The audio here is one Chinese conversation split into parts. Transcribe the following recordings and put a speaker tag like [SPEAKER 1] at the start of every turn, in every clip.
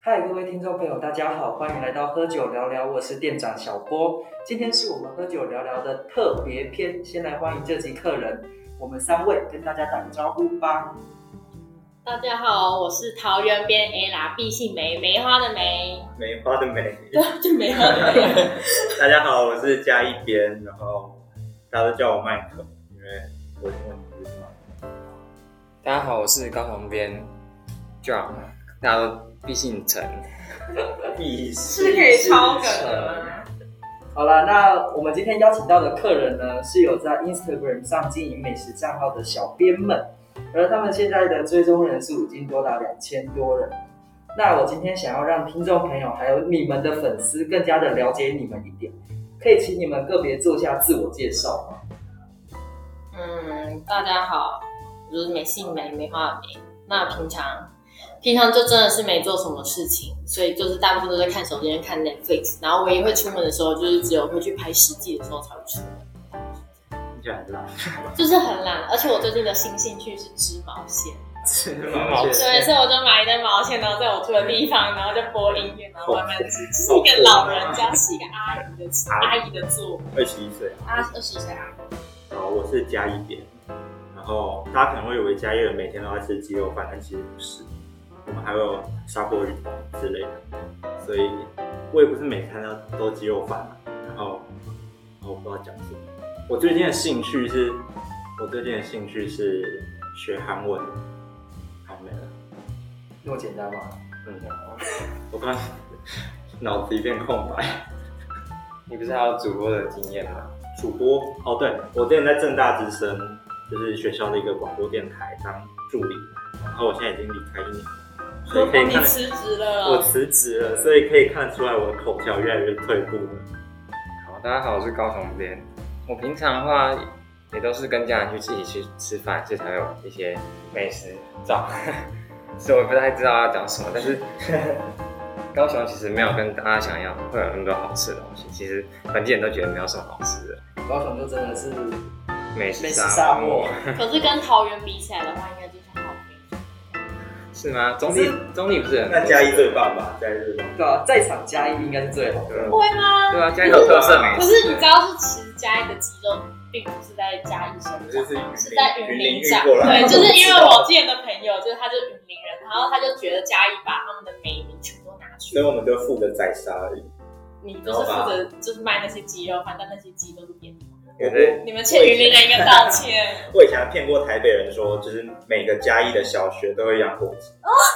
[SPEAKER 1] 嗨，各位听众朋友，大家好，欢迎来到喝酒聊聊，我是店长小波。今天是我们喝酒聊聊的特别篇，先来欢迎这集客人，我们三位跟大家打个招呼吧。
[SPEAKER 2] 大家好，我是桃园边 A 啦，毕姓梅，梅花的梅，
[SPEAKER 3] 梅花的梅。
[SPEAKER 2] 就梅花的梅。
[SPEAKER 3] 大家好，我是嘉一边，然后大家都叫我麦克，因为我英文不是麦克。
[SPEAKER 4] 大家好，我是高旁边 John，大家都必姓 陈。
[SPEAKER 3] 必
[SPEAKER 2] 是可以超梗的
[SPEAKER 1] 好了，那我们今天邀请到的客人呢，是有在 Instagram 上经营美食账号的小编们，而他们现在的追踪人数已经多达两千多人。那我今天想要让听众朋友还有你们的粉丝更加的了解你们一点，可以请你们个别做下自我介绍吗？
[SPEAKER 2] 嗯，大家好，我是梅姓梅，梅花的梅。那平常平常就真的是没做什么事情，所以就是大部分都在看手机、看 Netflix。然后唯一会出门的时候，就是只有会去拍实际的时候才会出门，
[SPEAKER 3] 听起来很烂。
[SPEAKER 2] 就是很懒。而且我最近的新兴趣是织毛线，
[SPEAKER 3] 毛线
[SPEAKER 2] 对，所以我就买一根毛线，然后在我住的地方，然后就播音乐，然后慢慢织，就是一个老人家，是一个阿姨的阿姨的作品。
[SPEAKER 3] 二十一岁，啊
[SPEAKER 2] 二二十岁啊阿姨。
[SPEAKER 3] 然后我是嘉一边，然后大家可能会以为嘉一人每天都在吃鸡肉饭，但其实不是，我们还有砂锅鱼头之类的，所以我也不是每餐都都鸡肉饭啊、然后，然后我不知道讲什么。我最近的兴趣是，我最近的兴趣是学韩文，好没了。
[SPEAKER 1] 那么简单吗？
[SPEAKER 3] 嗯，我刚脑子一片空白。
[SPEAKER 4] 你不是还有主播的经验吗？
[SPEAKER 3] 主播哦，对我之前在正大之声，就是学校的一个广播电台当助理，然后我现在已经离开一年，所以可以
[SPEAKER 2] 你
[SPEAKER 3] 看得
[SPEAKER 2] 辞职了
[SPEAKER 3] 我辞职了，所以可以看得出来我的口条越来越退步了。
[SPEAKER 4] 好，大家好，我是高旁边。我平常的话也都是跟家人去自己去吃饭，所以才会有一些美食 照。所以我不太知道要讲什么，但 是高雄其实没有跟大家想要会有那么多好吃的东西。其实本地人都觉得没有什么好吃的，
[SPEAKER 1] 高雄就真的是
[SPEAKER 4] 美食
[SPEAKER 1] 美食
[SPEAKER 4] 沙
[SPEAKER 1] 沙
[SPEAKER 4] 漠
[SPEAKER 1] 漠。
[SPEAKER 2] 可是跟桃园比起来的话，应该就是好评。
[SPEAKER 4] 是吗？中立中立不是很多
[SPEAKER 3] 嘉义最棒吧，嘉义最棒。
[SPEAKER 1] 对啊，在场加一应该是最好的。
[SPEAKER 4] 对啊
[SPEAKER 2] 会吗？
[SPEAKER 4] 对啊，嘉义有特色美
[SPEAKER 2] 可
[SPEAKER 4] 食。
[SPEAKER 2] 是你知道，是其实嘉义的鸡肉并不是在嘉义生
[SPEAKER 3] 这啊是
[SPEAKER 2] 长的，
[SPEAKER 3] 云林
[SPEAKER 2] 是在云林
[SPEAKER 3] 云林
[SPEAKER 2] 长。
[SPEAKER 3] 运过来
[SPEAKER 2] 对，就是因为我之前的朋友，就是他就是云林人，然后他就觉得嘉义把他们的美名全都拿去
[SPEAKER 3] 所以，我们就负责宰杀而已。
[SPEAKER 2] 你就是负责就是卖那些鸡肉饭，但那些鸡都是别的。
[SPEAKER 3] 我我
[SPEAKER 2] 你们欠云林人一个道歉。
[SPEAKER 3] 我以前还骗过台北人说，就是每个嘉义的小学都会养火鸡，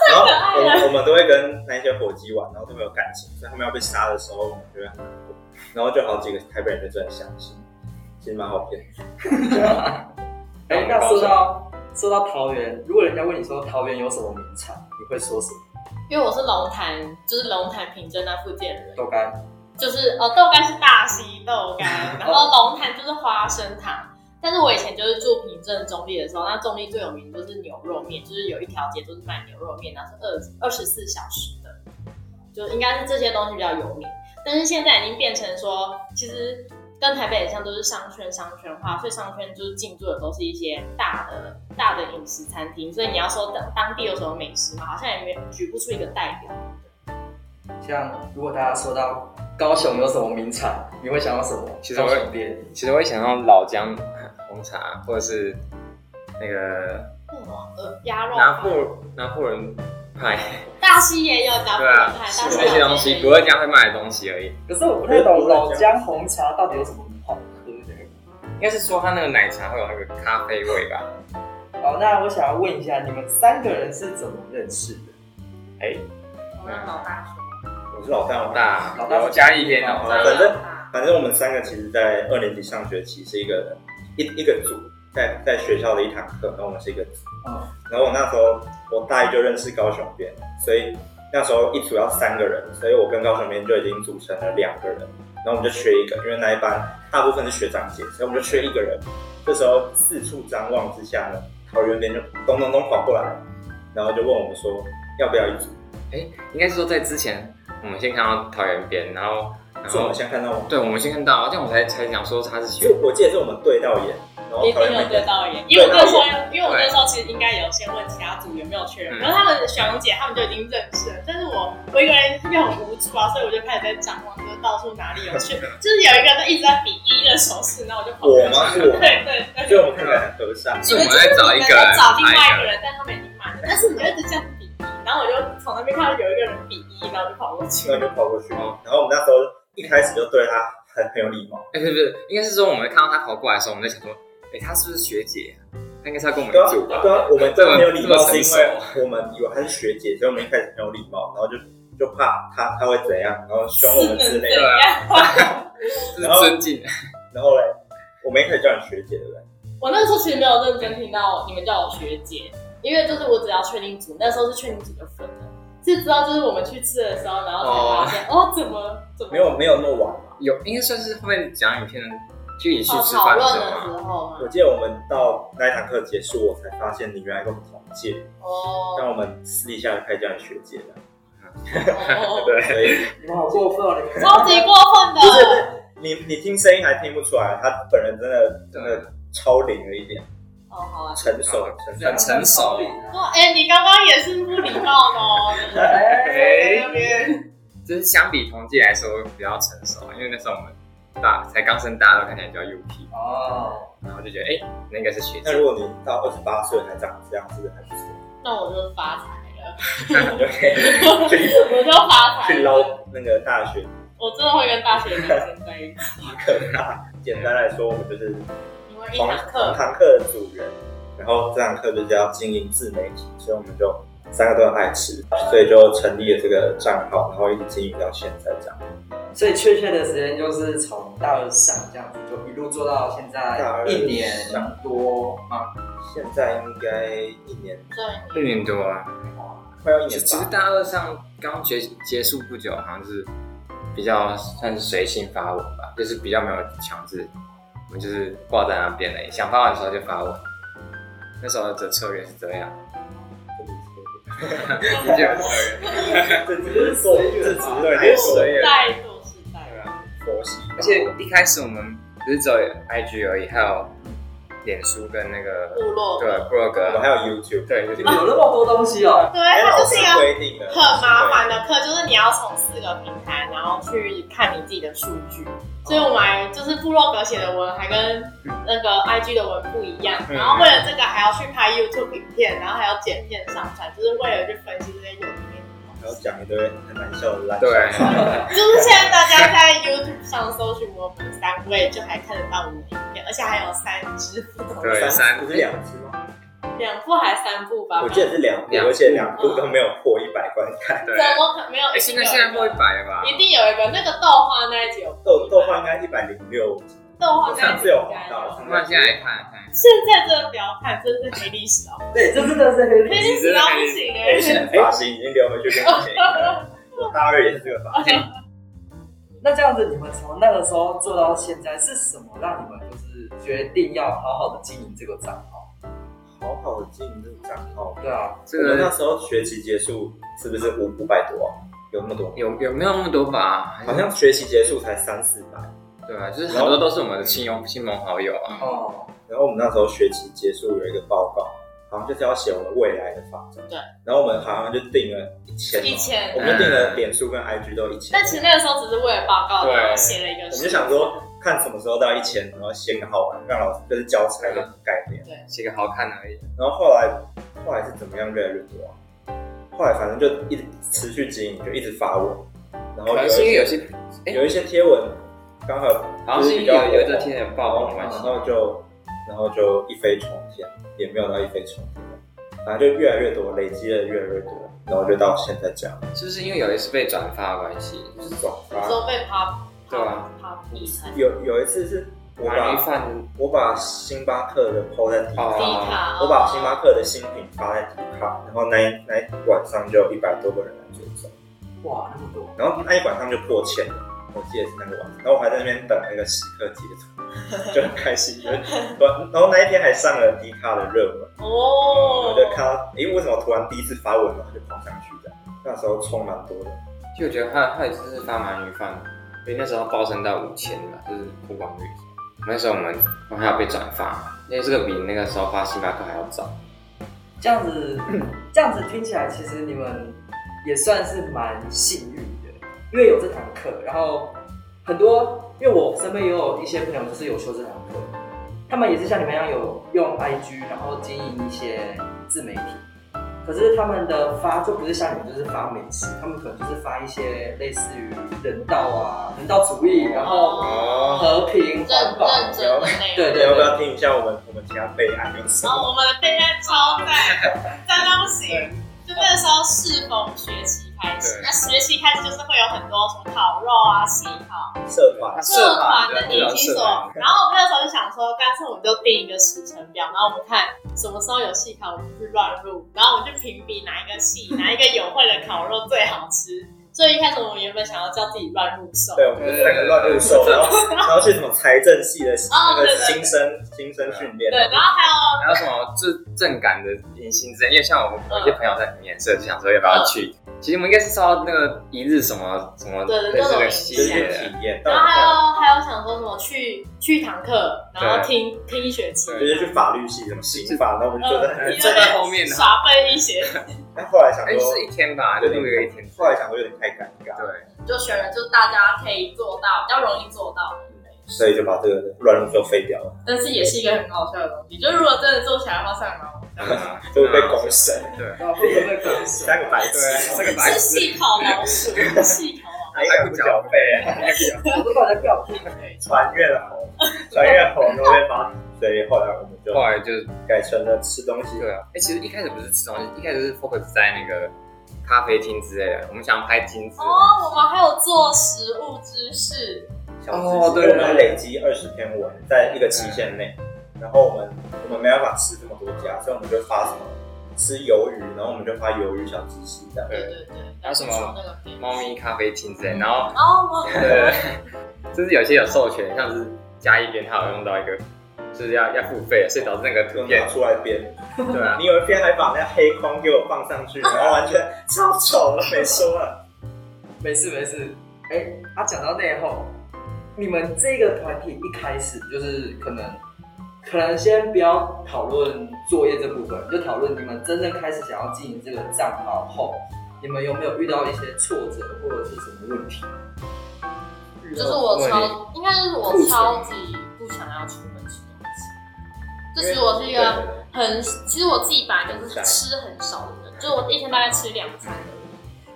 [SPEAKER 3] 然后
[SPEAKER 2] 哦太可
[SPEAKER 3] 我
[SPEAKER 2] 爱
[SPEAKER 3] 们我们都会跟那些火鸡玩，然后都没有感情，所以他们要被杀的时候，我们觉得很难过，然后就好几个台北人就真的相信，其实蛮好骗。
[SPEAKER 1] 哎，那说到说到桃园，如果人家问你说桃园有什么名产，你会说什么？
[SPEAKER 2] 因为我是龙潭，就是龙潭平镇那附近的人，
[SPEAKER 1] 豆干。
[SPEAKER 2] 就是哦，豆干是大溪豆干， 然后龙潭就是花生糖。但是我以前就是住平镇中立的时候，那中立最有名就是牛肉面，就是有一条街都是卖牛肉面，然后是二二十四小时的，就应该是这些东西比较有名。但是现在已经变成说，其实跟台北很像，都是商圈商圈化，所以商圈就是进驻的都是一些大的大的饮食餐厅，所以你要说当当地有什么美食嘛，好像也没举不出一个代表。
[SPEAKER 1] 像如果大家说到高雄有什么名产，你会想到什么？
[SPEAKER 4] 其实我
[SPEAKER 1] 高雄店
[SPEAKER 4] 其实我会想要老姜红茶，或者是那个
[SPEAKER 2] 那种呃鸭肉
[SPEAKER 4] 拿
[SPEAKER 2] 饭
[SPEAKER 4] 破哦拿破仑派，
[SPEAKER 2] 大溪也有讲
[SPEAKER 4] 对
[SPEAKER 2] 派，
[SPEAKER 4] 啊
[SPEAKER 2] 大，溪
[SPEAKER 4] 是
[SPEAKER 2] 有
[SPEAKER 4] 那些东西不会这样会卖的东西而已。
[SPEAKER 1] 可是我不太懂老姜红茶到底有什么好喝的。
[SPEAKER 4] 应该是说它那个奶茶会有那个咖啡味吧？
[SPEAKER 1] 好，那我想要问一下，你们三个人是怎么认识的？
[SPEAKER 4] 哎，
[SPEAKER 2] 我们老大
[SPEAKER 3] 我是老大，
[SPEAKER 4] 老，大
[SPEAKER 1] 老大
[SPEAKER 4] 有加一片
[SPEAKER 2] 说
[SPEAKER 4] 哦，
[SPEAKER 3] 反正
[SPEAKER 2] 大
[SPEAKER 3] 反正我们三个其实，在二年级上学期是一个一一个组，在在学校的一堂课，然后我们是一个组。
[SPEAKER 1] 嗯，
[SPEAKER 3] 然后我那时候我大一就认识高雄边，所以那时候一组要三个人，所以我跟高雄边就已经组成了两个人，然后我们就缺一个，因为那一班大部分是学长姐，所以我们就缺一个人。这时候四处张望之下呢，桃园边就咚咚咚跑过来，然后就问我们说要不要一组。
[SPEAKER 4] 应该是说在之前我们先看到桃园边，然后然然
[SPEAKER 3] 是我
[SPEAKER 4] 后
[SPEAKER 3] 们先看到吗？
[SPEAKER 4] 对我们先看到，这样我才才想说他是喜
[SPEAKER 3] 就我记得是我们对到眼，然后
[SPEAKER 2] 一
[SPEAKER 3] 讨
[SPEAKER 2] 定有
[SPEAKER 3] 论每
[SPEAKER 2] 对
[SPEAKER 3] 天
[SPEAKER 2] 到眼，因为我那时候，因为我那时候其实应该有先问其他组有没有确认，
[SPEAKER 4] 嗯
[SPEAKER 2] 然后他们的小荣姐他们就已经认识了，但是我我一个人特别很无助啊，所以我就开始在张望，就是到处哪里有确，就是有一个人一直在比一的手势，然后我就跑过去，
[SPEAKER 3] 我吗？是我吗？
[SPEAKER 2] 对对对，
[SPEAKER 3] 所以我们看起来很和善。
[SPEAKER 4] 是我们在找一个
[SPEAKER 2] 在
[SPEAKER 4] 人，
[SPEAKER 2] 找另外一
[SPEAKER 4] 哪
[SPEAKER 2] 个人，但他们已经满了，但是你就一直这样比一，然后我就从那边看到有一个人比一，然后就跑过去
[SPEAKER 3] 然后就跑过去，然后我们那时候一开始就对他很很有礼貌，
[SPEAKER 4] 哎，不是不是，应该是说我们看到他跑过来的时候，我们在想说，哎，他是不是学姐啊？他应该是要跟我
[SPEAKER 3] 对
[SPEAKER 4] 们
[SPEAKER 3] 啊
[SPEAKER 4] 一组吧？
[SPEAKER 3] 对啊，我们对他没有礼貌
[SPEAKER 4] 这
[SPEAKER 3] 是
[SPEAKER 4] 么成
[SPEAKER 3] 因
[SPEAKER 4] 熟
[SPEAKER 3] 为我们以为他是学姐，所以我们一开始很有礼貌，然后就就怕他他会怎样，然后凶我
[SPEAKER 2] 是
[SPEAKER 3] 们
[SPEAKER 2] 能
[SPEAKER 3] 之
[SPEAKER 2] 怎
[SPEAKER 3] 类的。
[SPEAKER 2] 样？
[SPEAKER 4] 这是尊敬。
[SPEAKER 3] 然后嘞，我们一开始叫你学姐，对不对？
[SPEAKER 2] 我那时候其实没有认真听到你们叫我学姐，因为就是我只要确定组，那时候是确定组就分了，是知道就是我们去吃的时候，然后才发现哦怎么怎么
[SPEAKER 3] 没有没有那么晚嘛，
[SPEAKER 4] 有应该算是后面讲影片的，就一起
[SPEAKER 2] 哦
[SPEAKER 4] 吃
[SPEAKER 2] 讨
[SPEAKER 4] 饭
[SPEAKER 2] 论
[SPEAKER 4] 的时
[SPEAKER 2] 的
[SPEAKER 4] 候嘛。
[SPEAKER 2] 时候嘛
[SPEAKER 3] 我，记得我们到那一堂课结束，我才发现你原来跟我们同届，但
[SPEAKER 2] 哦，
[SPEAKER 3] 我们私底下就开始叫你学姐了。
[SPEAKER 2] 哦
[SPEAKER 3] 对，所以
[SPEAKER 1] 你们好过分哦！你们
[SPEAKER 2] 超级过分 的，
[SPEAKER 3] 你你听声音还听不出来，他本人真的真的超龄了一点，
[SPEAKER 2] 哦好啊，
[SPEAKER 3] 成熟成熟
[SPEAKER 4] 很成熟
[SPEAKER 2] 哦哎你刚刚也是不礼貌的哦，
[SPEAKER 1] 哎，
[SPEAKER 2] 那边
[SPEAKER 4] 就是相比同届来说比较成熟，啊因为那时候我们大才刚升大二，看起来比较 UP，
[SPEAKER 1] 哦，
[SPEAKER 4] 然后就觉得哎、那个是学
[SPEAKER 3] 那
[SPEAKER 4] 姐
[SPEAKER 3] 如，果你到二十八岁还长这样，是不是还不错？
[SPEAKER 2] 那我就发财了，
[SPEAKER 3] 你就可以去
[SPEAKER 2] 我就发财
[SPEAKER 3] 去
[SPEAKER 2] 了，
[SPEAKER 3] 捞那个大学
[SPEAKER 2] 我真的会跟大学男生在一起，
[SPEAKER 3] 课大。简单来说，我们就是
[SPEAKER 2] 因为一
[SPEAKER 3] 同
[SPEAKER 2] 堂
[SPEAKER 3] 同
[SPEAKER 2] 课
[SPEAKER 3] 堂课的组员，然后这堂课就是要经营自媒体，所以我们就三个都很爱吃，所以就成立了这个账号，然后一直经营到现在这样。
[SPEAKER 1] 所以确切的时间就是从大二上这样子，就一路做到现在一年多吗？
[SPEAKER 3] 现在应该一年
[SPEAKER 4] 一
[SPEAKER 2] 对
[SPEAKER 4] 年多啊。
[SPEAKER 3] 快要一
[SPEAKER 4] 其
[SPEAKER 3] 年
[SPEAKER 4] 其实
[SPEAKER 3] 吧，
[SPEAKER 4] 大二上刚结结束不久，好像是比较算是随性发文吧，就是比较没有强制，我们就是挂在那边了，想发文的时候就发文。那时候的策略是这 样，
[SPEAKER 3] 这
[SPEAKER 4] 就
[SPEAKER 3] 只是做，这只是对，
[SPEAKER 4] 是随缘
[SPEAKER 2] 带入是带入。
[SPEAKER 3] 佛系，
[SPEAKER 4] 而且一开始我们不是只有 IG 而已，还有脸书跟那个
[SPEAKER 2] 部落
[SPEAKER 4] 对
[SPEAKER 2] 格。
[SPEAKER 4] 部落
[SPEAKER 3] 我们
[SPEAKER 4] 格，
[SPEAKER 3] 还有 YouTube。
[SPEAKER 4] 对，就是
[SPEAKER 1] 有那么多东西哦，
[SPEAKER 2] 对，
[SPEAKER 3] 哎，
[SPEAKER 2] 它
[SPEAKER 3] 老
[SPEAKER 2] 就
[SPEAKER 3] 师
[SPEAKER 2] 是一个
[SPEAKER 3] 规定的，
[SPEAKER 2] 很麻烦的课，就是你要从四个平台，然后去看你自己的数据。所以我们还就是部落格写的文还跟那个 IG 的文不一样，
[SPEAKER 4] 嗯
[SPEAKER 2] 然后为了这个还要去拍 YouTube 影片，然后还要剪片上传，就是为了去分析这些有的没的
[SPEAKER 3] 然
[SPEAKER 2] 东
[SPEAKER 3] 后
[SPEAKER 2] 西。
[SPEAKER 3] 讲一堆很难笑的烂。
[SPEAKER 4] 对，
[SPEAKER 2] 就是现在大家在 YouTube 上搜寻我们三位，就还看得到我们的影片，而且还有三支不同的，
[SPEAKER 4] 对三
[SPEAKER 3] 不是两只吗？
[SPEAKER 2] 两部还是三部吧
[SPEAKER 3] 我？记得是两部，
[SPEAKER 4] 两部
[SPEAKER 3] 而且两部都没有破一百观看。
[SPEAKER 4] 对
[SPEAKER 2] 怎。么可没有？
[SPEAKER 4] 哎，现在现在过一百了吧？
[SPEAKER 2] 一定有一个那个豆花那一集有
[SPEAKER 3] 豆豆瓣应该一百零六，
[SPEAKER 2] 豆花
[SPEAKER 3] 我
[SPEAKER 2] 那
[SPEAKER 3] 上
[SPEAKER 2] 一
[SPEAKER 3] 次
[SPEAKER 2] 集
[SPEAKER 3] 有
[SPEAKER 2] 应
[SPEAKER 3] 滑
[SPEAKER 2] 该
[SPEAKER 3] 到，啊
[SPEAKER 2] 有。
[SPEAKER 3] 上次
[SPEAKER 4] 我
[SPEAKER 3] 有
[SPEAKER 4] 们现在来看看，
[SPEAKER 2] 现在真的不要看，真是黑历史哦，
[SPEAKER 1] 对，这真的是黑
[SPEAKER 2] 黑
[SPEAKER 1] 历史。
[SPEAKER 2] 历史到不行
[SPEAKER 3] 哎，现
[SPEAKER 2] 哎、
[SPEAKER 3] 在发型已经留回去跟以前一样。我大二也是这个发型，
[SPEAKER 1] 那这样子，你们从那个时候做到现在，是什么让你们就是决定要好好的经营这个账号？
[SPEAKER 3] 好好进这个账号。
[SPEAKER 1] 对啊，
[SPEAKER 4] 这
[SPEAKER 3] 这个那
[SPEAKER 4] 个
[SPEAKER 3] 时候学期结束是不是五五百多啊？有那么多？
[SPEAKER 4] 有有没有那么多吧？
[SPEAKER 3] 好像学期结束才三四百。
[SPEAKER 4] 对啊，就是很多都是我们的亲友亲朋好友啊。
[SPEAKER 1] 哦，
[SPEAKER 3] 然后我们那时候学期结束有一个报告，好像就是要写我们未来的发展。
[SPEAKER 2] 对。
[SPEAKER 3] 然后我们好像就定了一千，哦
[SPEAKER 2] 一千
[SPEAKER 3] 我们就定了脸书跟 IG 都一千。
[SPEAKER 2] 但其实那个时候只是为了报告，
[SPEAKER 4] 对
[SPEAKER 2] 然后写了一个，
[SPEAKER 3] 我们就想，说，看什么时候到一千，然后写个好玩，让老师就是交差的概念。
[SPEAKER 4] 写个好看而已，
[SPEAKER 3] 然后后来后来是怎么样越来越多啊？后来反正就一直持续经营，就一直发文，然后
[SPEAKER 4] 可
[SPEAKER 3] 有
[SPEAKER 4] 能
[SPEAKER 3] 一
[SPEAKER 4] 是因为
[SPEAKER 3] 些
[SPEAKER 4] 有些哎
[SPEAKER 3] 有一些贴文刚好
[SPEAKER 4] 好像
[SPEAKER 3] 就是是
[SPEAKER 4] 因
[SPEAKER 3] 比
[SPEAKER 4] 为
[SPEAKER 3] 较
[SPEAKER 4] 有有
[SPEAKER 3] 火啊
[SPEAKER 4] 这天人
[SPEAKER 3] 然
[SPEAKER 4] 爆红
[SPEAKER 3] 后
[SPEAKER 4] 的
[SPEAKER 3] 然
[SPEAKER 4] 关系，
[SPEAKER 3] 后就然后就一飞冲天，也没有到一飞冲天，反正就越来越多，累积的越来越多，然后就到现在这样，
[SPEAKER 4] 是不是因为有一次被转发的关系？
[SPEAKER 3] 就是转
[SPEAKER 2] 你
[SPEAKER 3] 发。
[SPEAKER 2] 说被趴
[SPEAKER 4] 对啊，
[SPEAKER 2] 趴比成低
[SPEAKER 3] 有有一次是我
[SPEAKER 4] 鳗
[SPEAKER 3] 把
[SPEAKER 4] 鱼饭
[SPEAKER 3] 我把星巴克的抛在底下。
[SPEAKER 4] 哦，
[SPEAKER 2] 卡，
[SPEAKER 3] 啊我把星巴克的新品发在迪卡，然后那一那一晚上就有一百多个人来追踪，
[SPEAKER 1] 哇，那么多，
[SPEAKER 3] 然后那一晚上就破千了，我记得是那个晚上，然后我还在那边等那个时刻截图，就很开心，就是然后那一天还上了迪卡的热门，
[SPEAKER 2] 哦
[SPEAKER 3] 我，就看到，诶，为什么突然第一次发文了就跑上去的？那时候冲蛮多的，
[SPEAKER 4] 就我觉得他他也就是发鳗鱼饭，所以那时候报升到五千吧，就是曝光率。那时候我们我们还有被转发，因为这个比那个时候发星巴克还要早。
[SPEAKER 1] 这样子，这样子听起来，其实你们也算是蛮幸运的，因为有这堂课，然后很多，因为我身边也有一些朋友就是有修这堂课，他们也是像你们一样有用 IG，然后经营一些自媒体，可是他们的发就不是像你们就是发美食，他们可能就是发一些类似于人道啊、人道主义，然后
[SPEAKER 4] 哦，
[SPEAKER 1] 和平、
[SPEAKER 2] 认
[SPEAKER 1] 环保，
[SPEAKER 2] 认真的那
[SPEAKER 1] 对
[SPEAKER 2] 个。
[SPEAKER 1] 对
[SPEAKER 3] 要不要听一下我们我们其他备案有什
[SPEAKER 2] 然
[SPEAKER 3] 么？
[SPEAKER 2] 后我们的备案超赞，赞到不行。就那时候适逢学期开始，
[SPEAKER 4] 对
[SPEAKER 2] 那学期开始就是会有很多什么烤肉啊、细烤、
[SPEAKER 3] 社团
[SPEAKER 2] 社团的
[SPEAKER 4] 对
[SPEAKER 2] 研
[SPEAKER 4] 啊
[SPEAKER 2] 习
[SPEAKER 4] 社
[SPEAKER 2] 所
[SPEAKER 4] 团。
[SPEAKER 2] 然后我们那时候就想说，干脆我们就定一个时程表，然后我们看什么时候有细烤，我们就去乱入，然后我们就评比哪一个 系、哪一个友会的烤肉最好吃。所以一开始我们原本想要叫自己乱入手，
[SPEAKER 3] 对，我们三个乱入手，然后然后去什么财政系的
[SPEAKER 2] 哦
[SPEAKER 3] 那个新生新生训练，啊
[SPEAKER 2] 对，然后还有
[SPEAKER 4] 还有什么正正感的迎新之类，因为像我有一些
[SPEAKER 2] 嗯
[SPEAKER 4] 朋友在里面，所以就想说要不要去。其实我们应该是受到那个一日什么什么
[SPEAKER 2] 对对
[SPEAKER 4] 类
[SPEAKER 2] 各
[SPEAKER 4] 似那
[SPEAKER 2] 种
[SPEAKER 4] 个
[SPEAKER 3] 就
[SPEAKER 4] 系
[SPEAKER 3] 是去
[SPEAKER 4] 列
[SPEAKER 3] 体
[SPEAKER 4] 的，
[SPEAKER 3] 验，到
[SPEAKER 2] 然后
[SPEAKER 3] 底
[SPEAKER 2] 还
[SPEAKER 3] 像
[SPEAKER 2] 有还有想说什么去去一堂课，然后听听一学期，
[SPEAKER 3] 就是去法律系什么刑法，然后我们就坐在那
[SPEAKER 2] 呃
[SPEAKER 3] 里
[SPEAKER 2] 你
[SPEAKER 4] 坐在后面啊
[SPEAKER 2] 耍笨一些，
[SPEAKER 3] 但后来想
[SPEAKER 4] 哎，
[SPEAKER 3] 说
[SPEAKER 4] 是，一天吧，就录了一天。
[SPEAKER 3] 后来想说有点太尴尬，
[SPEAKER 4] 对，
[SPEAKER 2] 就选了就大家可以做到，比较容易做到。
[SPEAKER 3] 所以就把这个乱入就废掉了，
[SPEAKER 2] 但是也是一个很好笑的东西，就如果真的做起来的话，算蛮好笑的。
[SPEAKER 3] 就被公审，
[SPEAKER 4] 嗯对，
[SPEAKER 1] 然后会被狗屎
[SPEAKER 3] 三个白痴，
[SPEAKER 4] 对，啊 这个白
[SPEAKER 2] 是哦
[SPEAKER 4] 痴
[SPEAKER 2] 细烤 老鼠，细烤老
[SPEAKER 3] 还敢不缴费，啊
[SPEAKER 1] 我都把它掉。
[SPEAKER 3] 传越 红，传越红就会发，所以后来我们就
[SPEAKER 4] 后来就
[SPEAKER 3] 改成了吃东西，
[SPEAKER 4] 对啊，哎、其实一开始不是吃东西，一开始是 focus 在那个咖啡厅之类的，我们想拍金子
[SPEAKER 2] 鼠。，哦，我们还有做食物知识，
[SPEAKER 3] 小
[SPEAKER 4] 哦对
[SPEAKER 3] 因为我们累积二十篇文在一个期限内，然后我们我们没办法吃这么多家，所以我们就发什么吃鱿鱼，然后我们就发鱿鱼小知识这样。
[SPEAKER 2] 对
[SPEAKER 4] 对
[SPEAKER 2] 对对，
[SPEAKER 4] 还有什么
[SPEAKER 2] 然后那个片
[SPEAKER 4] 猫咪咖啡厅之类，然后
[SPEAKER 2] 哦，我
[SPEAKER 4] 呃，就是有些有授权，像是嘉义边它有用到一个，就是要要付费，所以导致那 个
[SPEAKER 3] 就
[SPEAKER 4] 图
[SPEAKER 3] 拿
[SPEAKER 4] 片，
[SPEAKER 3] 出来编，
[SPEAKER 4] 对啊，
[SPEAKER 3] 你有一篇还把那黑框给我放上去，然后完全超丑了，没说啊了。
[SPEAKER 1] 没事没事。哎、他、讲到内讧，你们这个团体一开始就是可能，可能先不要讨论作业这部分，就讨论你们真正开始想要经营这个账号后，你们有没有遇到一些挫折或者是什么问题？
[SPEAKER 2] 就是我
[SPEAKER 4] 问
[SPEAKER 2] 超，应该就是我超级不想要出门吃东西，就其实我是一个很，其实我自己本来就是吃很少的人，就是我一天大概吃两餐而已。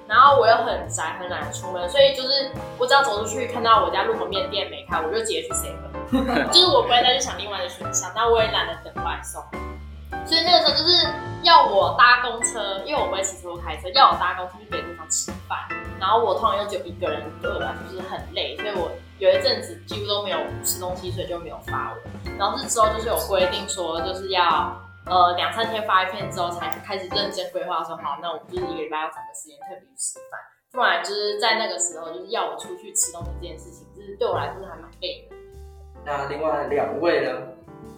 [SPEAKER 2] 然后我又很宅，很懒得出门，所以就是我只要走出去看到我家路口面店没开，我就直接去 seven，就是我不会再去想另外的选项，那我也懒得等外送。所以那个时候就是要我搭公车，因为我不会骑车，我开车，要我搭公车去别的地方吃饭。然后我通常又只有一个人，对我来说就是很累，所以我有一阵子几乎都没有吃东西，所以就没有发文。然后是之后就是有规定说，就是要呃两三天发一篇之后，才开始认真规划说，好，那我就是一个礼拜要找个时间特别去吃饭，不然就是在那个时候就是要我出去吃东西这件事情，就是对我来说还蛮累的。
[SPEAKER 1] 那另外两位呢？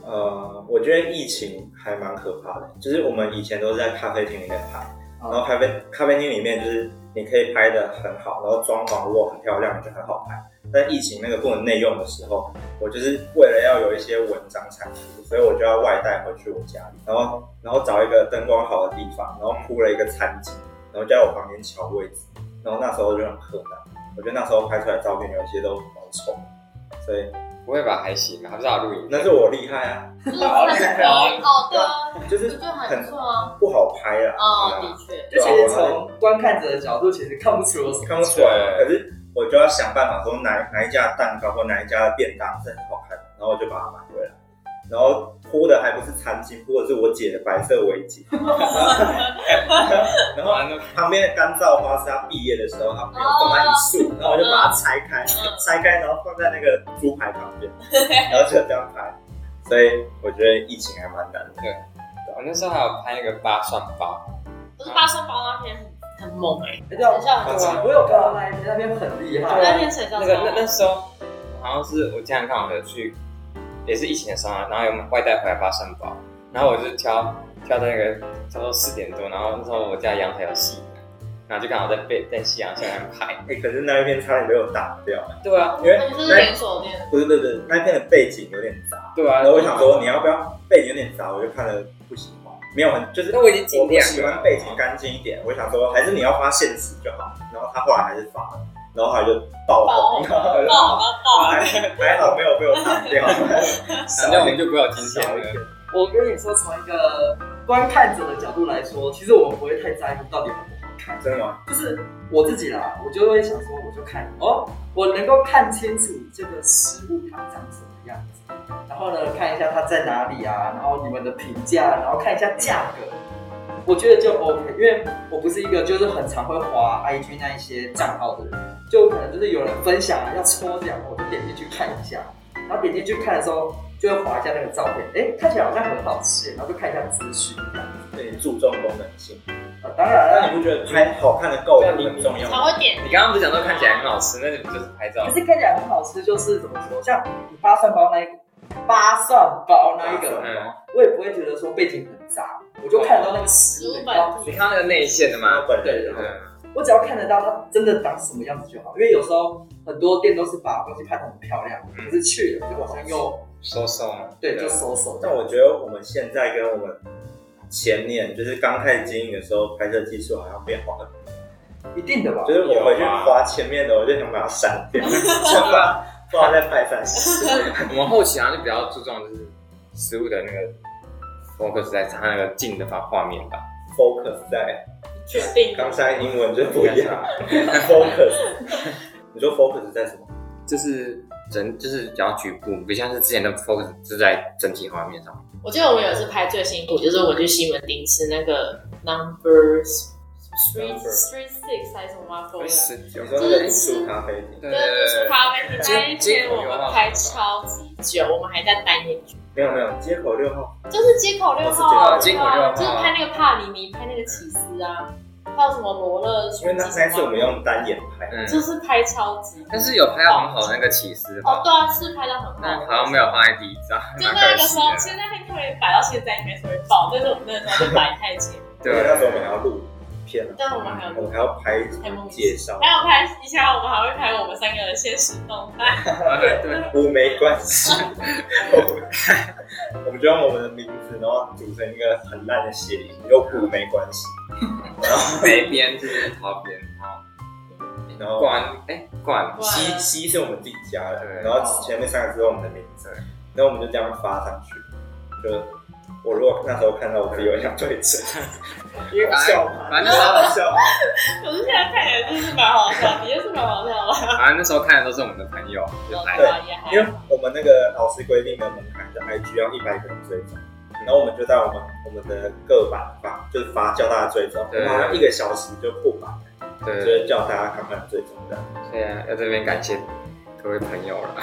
[SPEAKER 3] 呃，我觉得疫情还蛮可怕的，就是我们以前都是在咖啡厅里面拍，然后
[SPEAKER 1] 啊，
[SPEAKER 3] 咖啡咖啡厅里面就是你可以拍的很好，然后装潢如果很漂亮，你就很好拍。但疫情那个不能内用的时候，我就是为了要有一些文章产出，所以我就要外带回去我家里，然后然后找一个灯光好的地方，然后铺了一个餐巾，然后就在我旁边瞧位置，然后那时候就很困难。我觉得那时候拍出来的照片有一些都蛮丑，所以
[SPEAKER 4] 不会吧？还行吧，啊还不知道录影，
[SPEAKER 3] 那是我厉害啊，
[SPEAKER 2] 就是很累哦，对啊，
[SPEAKER 3] 就是
[SPEAKER 2] 我觉得还不错啊。
[SPEAKER 3] 不好拍啦。
[SPEAKER 2] 哦，
[SPEAKER 3] 对啊
[SPEAKER 2] 的确，
[SPEAKER 1] 就其实从观看者的角度，其实看不出有什么
[SPEAKER 3] 看不出来，可是我就要想办法说哪哪一家蛋糕或哪一家的便当是很好看的，然后我就把它买回来，然后铺的还不是餐巾铺的是我姐的白色围巾，然后
[SPEAKER 4] 完了，
[SPEAKER 3] 旁边的干燥花是她毕业的时候，她朋友送她一束，然后我就把它拆开，
[SPEAKER 2] 嗯
[SPEAKER 3] 拆开然后放在那个猪排旁边，然后就这样拍，所以我觉得疫情还蛮难的。
[SPEAKER 4] 我那时候还有拍那个八蒜包，
[SPEAKER 2] 就是八声包那篇很很猛哎、欸，
[SPEAKER 1] 哎对啊
[SPEAKER 2] 很像很
[SPEAKER 1] 对啊我有看到那一篇，那边很厉害。
[SPEAKER 2] 那篇水上
[SPEAKER 4] 那个那那时候好像是我经常看我的去，也是疫情的时候啊，然后有外带回来八蒜包，然后我就挑挑到那个差不多四点多，然后那时候我家阳台有戏，然后就刚好在被在夕阳下面拍，
[SPEAKER 3] 哎、可是那一片差点被我打掉，
[SPEAKER 1] 对啊，
[SPEAKER 3] 因为
[SPEAKER 2] 那就是
[SPEAKER 3] 那
[SPEAKER 2] 连锁店，
[SPEAKER 3] 不是不是不是那一片的背景有点杂，
[SPEAKER 1] 对啊。
[SPEAKER 3] 然后我想说你要不要背景有点杂，我就看了不喜欢，没有很就是
[SPEAKER 5] 那我已经
[SPEAKER 3] 我
[SPEAKER 5] 尽
[SPEAKER 3] 不
[SPEAKER 5] 量
[SPEAKER 3] 喜欢背景干净一点，我想说还是你要发现实就好。然后他后来还是发了，然后后来就爆红，
[SPEAKER 2] 爆哦好吧爆
[SPEAKER 3] 还还好没有被我挡掉。
[SPEAKER 4] 反正我们就不要今天
[SPEAKER 3] 少一
[SPEAKER 4] 了。
[SPEAKER 1] 我跟你说，从一个观看者的角度来说，其实我们不会太在乎到底好不好看，
[SPEAKER 3] 真的吗？
[SPEAKER 1] 就是我自己啦，我就会想说，我就看哦，我能够看清楚这个食物它长什么样子，然后呢，看一下它在哪里啊，然后你们的评价，然后看一下价格，我觉得就 OK，因为我不是一个就是很常会滑 IG 那一些账号的人，就可能就是有人分享要抽奖，我就点进去看一下，然后点进去看的时候就会滑一下那个照片，哎，看起来好像很好吃，然后就看一下资讯这样子。
[SPEAKER 3] 对，注重功能性。
[SPEAKER 1] 啊当然
[SPEAKER 3] 那
[SPEAKER 1] 啦，
[SPEAKER 3] 你不觉得拍好看的够很重要
[SPEAKER 2] 才
[SPEAKER 3] 吗？
[SPEAKER 2] 会点
[SPEAKER 4] 你刚刚不是讲说看起来很好吃，那你不就是拍照
[SPEAKER 1] 可？是看起来很好吃，就是怎么说，像你八蒜包那一个，八蒜包那一个，
[SPEAKER 4] 嗯，
[SPEAKER 1] 我也不会觉得说背景很杂，我就看得到那个食物
[SPEAKER 2] 食
[SPEAKER 1] 的
[SPEAKER 2] 物本
[SPEAKER 1] 样子
[SPEAKER 4] 你看到那个内馅的吗？
[SPEAKER 3] 本
[SPEAKER 1] 对对
[SPEAKER 3] 人然后
[SPEAKER 1] 对
[SPEAKER 4] 嗯，
[SPEAKER 1] 我只要看得到它真的长什么样子就好。因为有时候很多店都是把东西拍得很漂亮，可是去了就好像又
[SPEAKER 4] 收松。
[SPEAKER 1] 嗯对啊就收手。
[SPEAKER 3] 但我觉得我们现在跟我们前年就是刚开始经营的时候，拍摄技术好像变好了。
[SPEAKER 1] 一定的吧
[SPEAKER 3] 就？是我回去划前面的，我就想把它删掉，想把不好再拍三十。
[SPEAKER 4] 我们后期好像就比较注重就是食物的那个 focus 在它那个近的画画面吧。
[SPEAKER 3] focus 在
[SPEAKER 2] 确定，
[SPEAKER 3] 刚才英文就不一样 ，focus。你说 focus 在什么？
[SPEAKER 4] 就是整就是比较局部，不像是之前的 focus 是在整体画面上。
[SPEAKER 2] 我记得我们有一次拍最辛苦，就是我去西门町吃那个 Number Three Three Six 还是什么啊 w a f
[SPEAKER 4] 是
[SPEAKER 3] 你说那
[SPEAKER 4] 哎
[SPEAKER 3] 个艺术咖啡厅？
[SPEAKER 4] 对
[SPEAKER 2] 对，就是咖啡厅那一天，我们拍
[SPEAKER 4] 街
[SPEAKER 2] 超级久，我们还在单眼局，
[SPEAKER 3] 没有没有，街口六号。
[SPEAKER 2] 就是街口六号
[SPEAKER 3] 哦
[SPEAKER 2] 啊，
[SPEAKER 4] 是街口
[SPEAKER 2] 对啊
[SPEAKER 4] 街口六号啊
[SPEAKER 2] 就是拍那个帕里尼，拍那个起司啊，还有什么罗勒啊
[SPEAKER 3] 因为那那一次我们用单眼拍，
[SPEAKER 4] 嗯，
[SPEAKER 2] 就是拍超级，
[SPEAKER 4] 但是有拍到很好的那个起司
[SPEAKER 2] 哦，
[SPEAKER 4] 吧，
[SPEAKER 2] 对啊，是拍到很
[SPEAKER 4] 但
[SPEAKER 2] 好。
[SPEAKER 4] 好像没有放在第一张，
[SPEAKER 2] 就
[SPEAKER 4] 蛮
[SPEAKER 2] 那
[SPEAKER 4] 可
[SPEAKER 2] 个时
[SPEAKER 4] 惜啊
[SPEAKER 2] 候，其
[SPEAKER 4] 的。
[SPEAKER 2] 实那天特别摆到现在应该是会爆，但是我们那个时候就摆太前面，
[SPEAKER 3] 因为那时候我们还要录片啊，
[SPEAKER 2] 但我们还有
[SPEAKER 4] 嗯
[SPEAKER 3] 我们还要拍
[SPEAKER 2] 太梦
[SPEAKER 3] 介绍，
[SPEAKER 2] 还有拍一下，我们还会拍我们三个人现实动态，
[SPEAKER 4] 啊对对，
[SPEAKER 3] 我没关系。我们我们就用我们的名字，然后组成一个很烂的谐音，又不没关系。
[SPEAKER 4] 北边就是桃边，
[SPEAKER 3] 然
[SPEAKER 4] 哦，
[SPEAKER 3] 后
[SPEAKER 4] 冠哎冠，
[SPEAKER 2] 哇
[SPEAKER 3] 西西是我们自己加的，
[SPEAKER 4] 对
[SPEAKER 3] 然后前面三个字是我们的名字，然后我们就这样发上去。就我如果那时候看到，我自己会想对 峙，因为笑
[SPEAKER 1] 啊
[SPEAKER 3] 嘛，
[SPEAKER 4] 反正那时候
[SPEAKER 3] 好笑。
[SPEAKER 2] 可是现在看起来真是蛮好笑，的确是蛮好笑的。
[SPEAKER 4] 反正那时候看的都是我们的朋友，就来
[SPEAKER 2] 对，也还
[SPEAKER 3] 因为我们那个老师规定的门槛是 IG 要一百个人追踪，然后我们就在我们我们的各版发，就是发叫大家追踪，我
[SPEAKER 4] 对
[SPEAKER 3] 们好像一个小时就破百，就
[SPEAKER 4] 对，
[SPEAKER 3] 是叫大家赶快追踪这样。
[SPEAKER 4] 对啊，要这边感谢各位朋友了。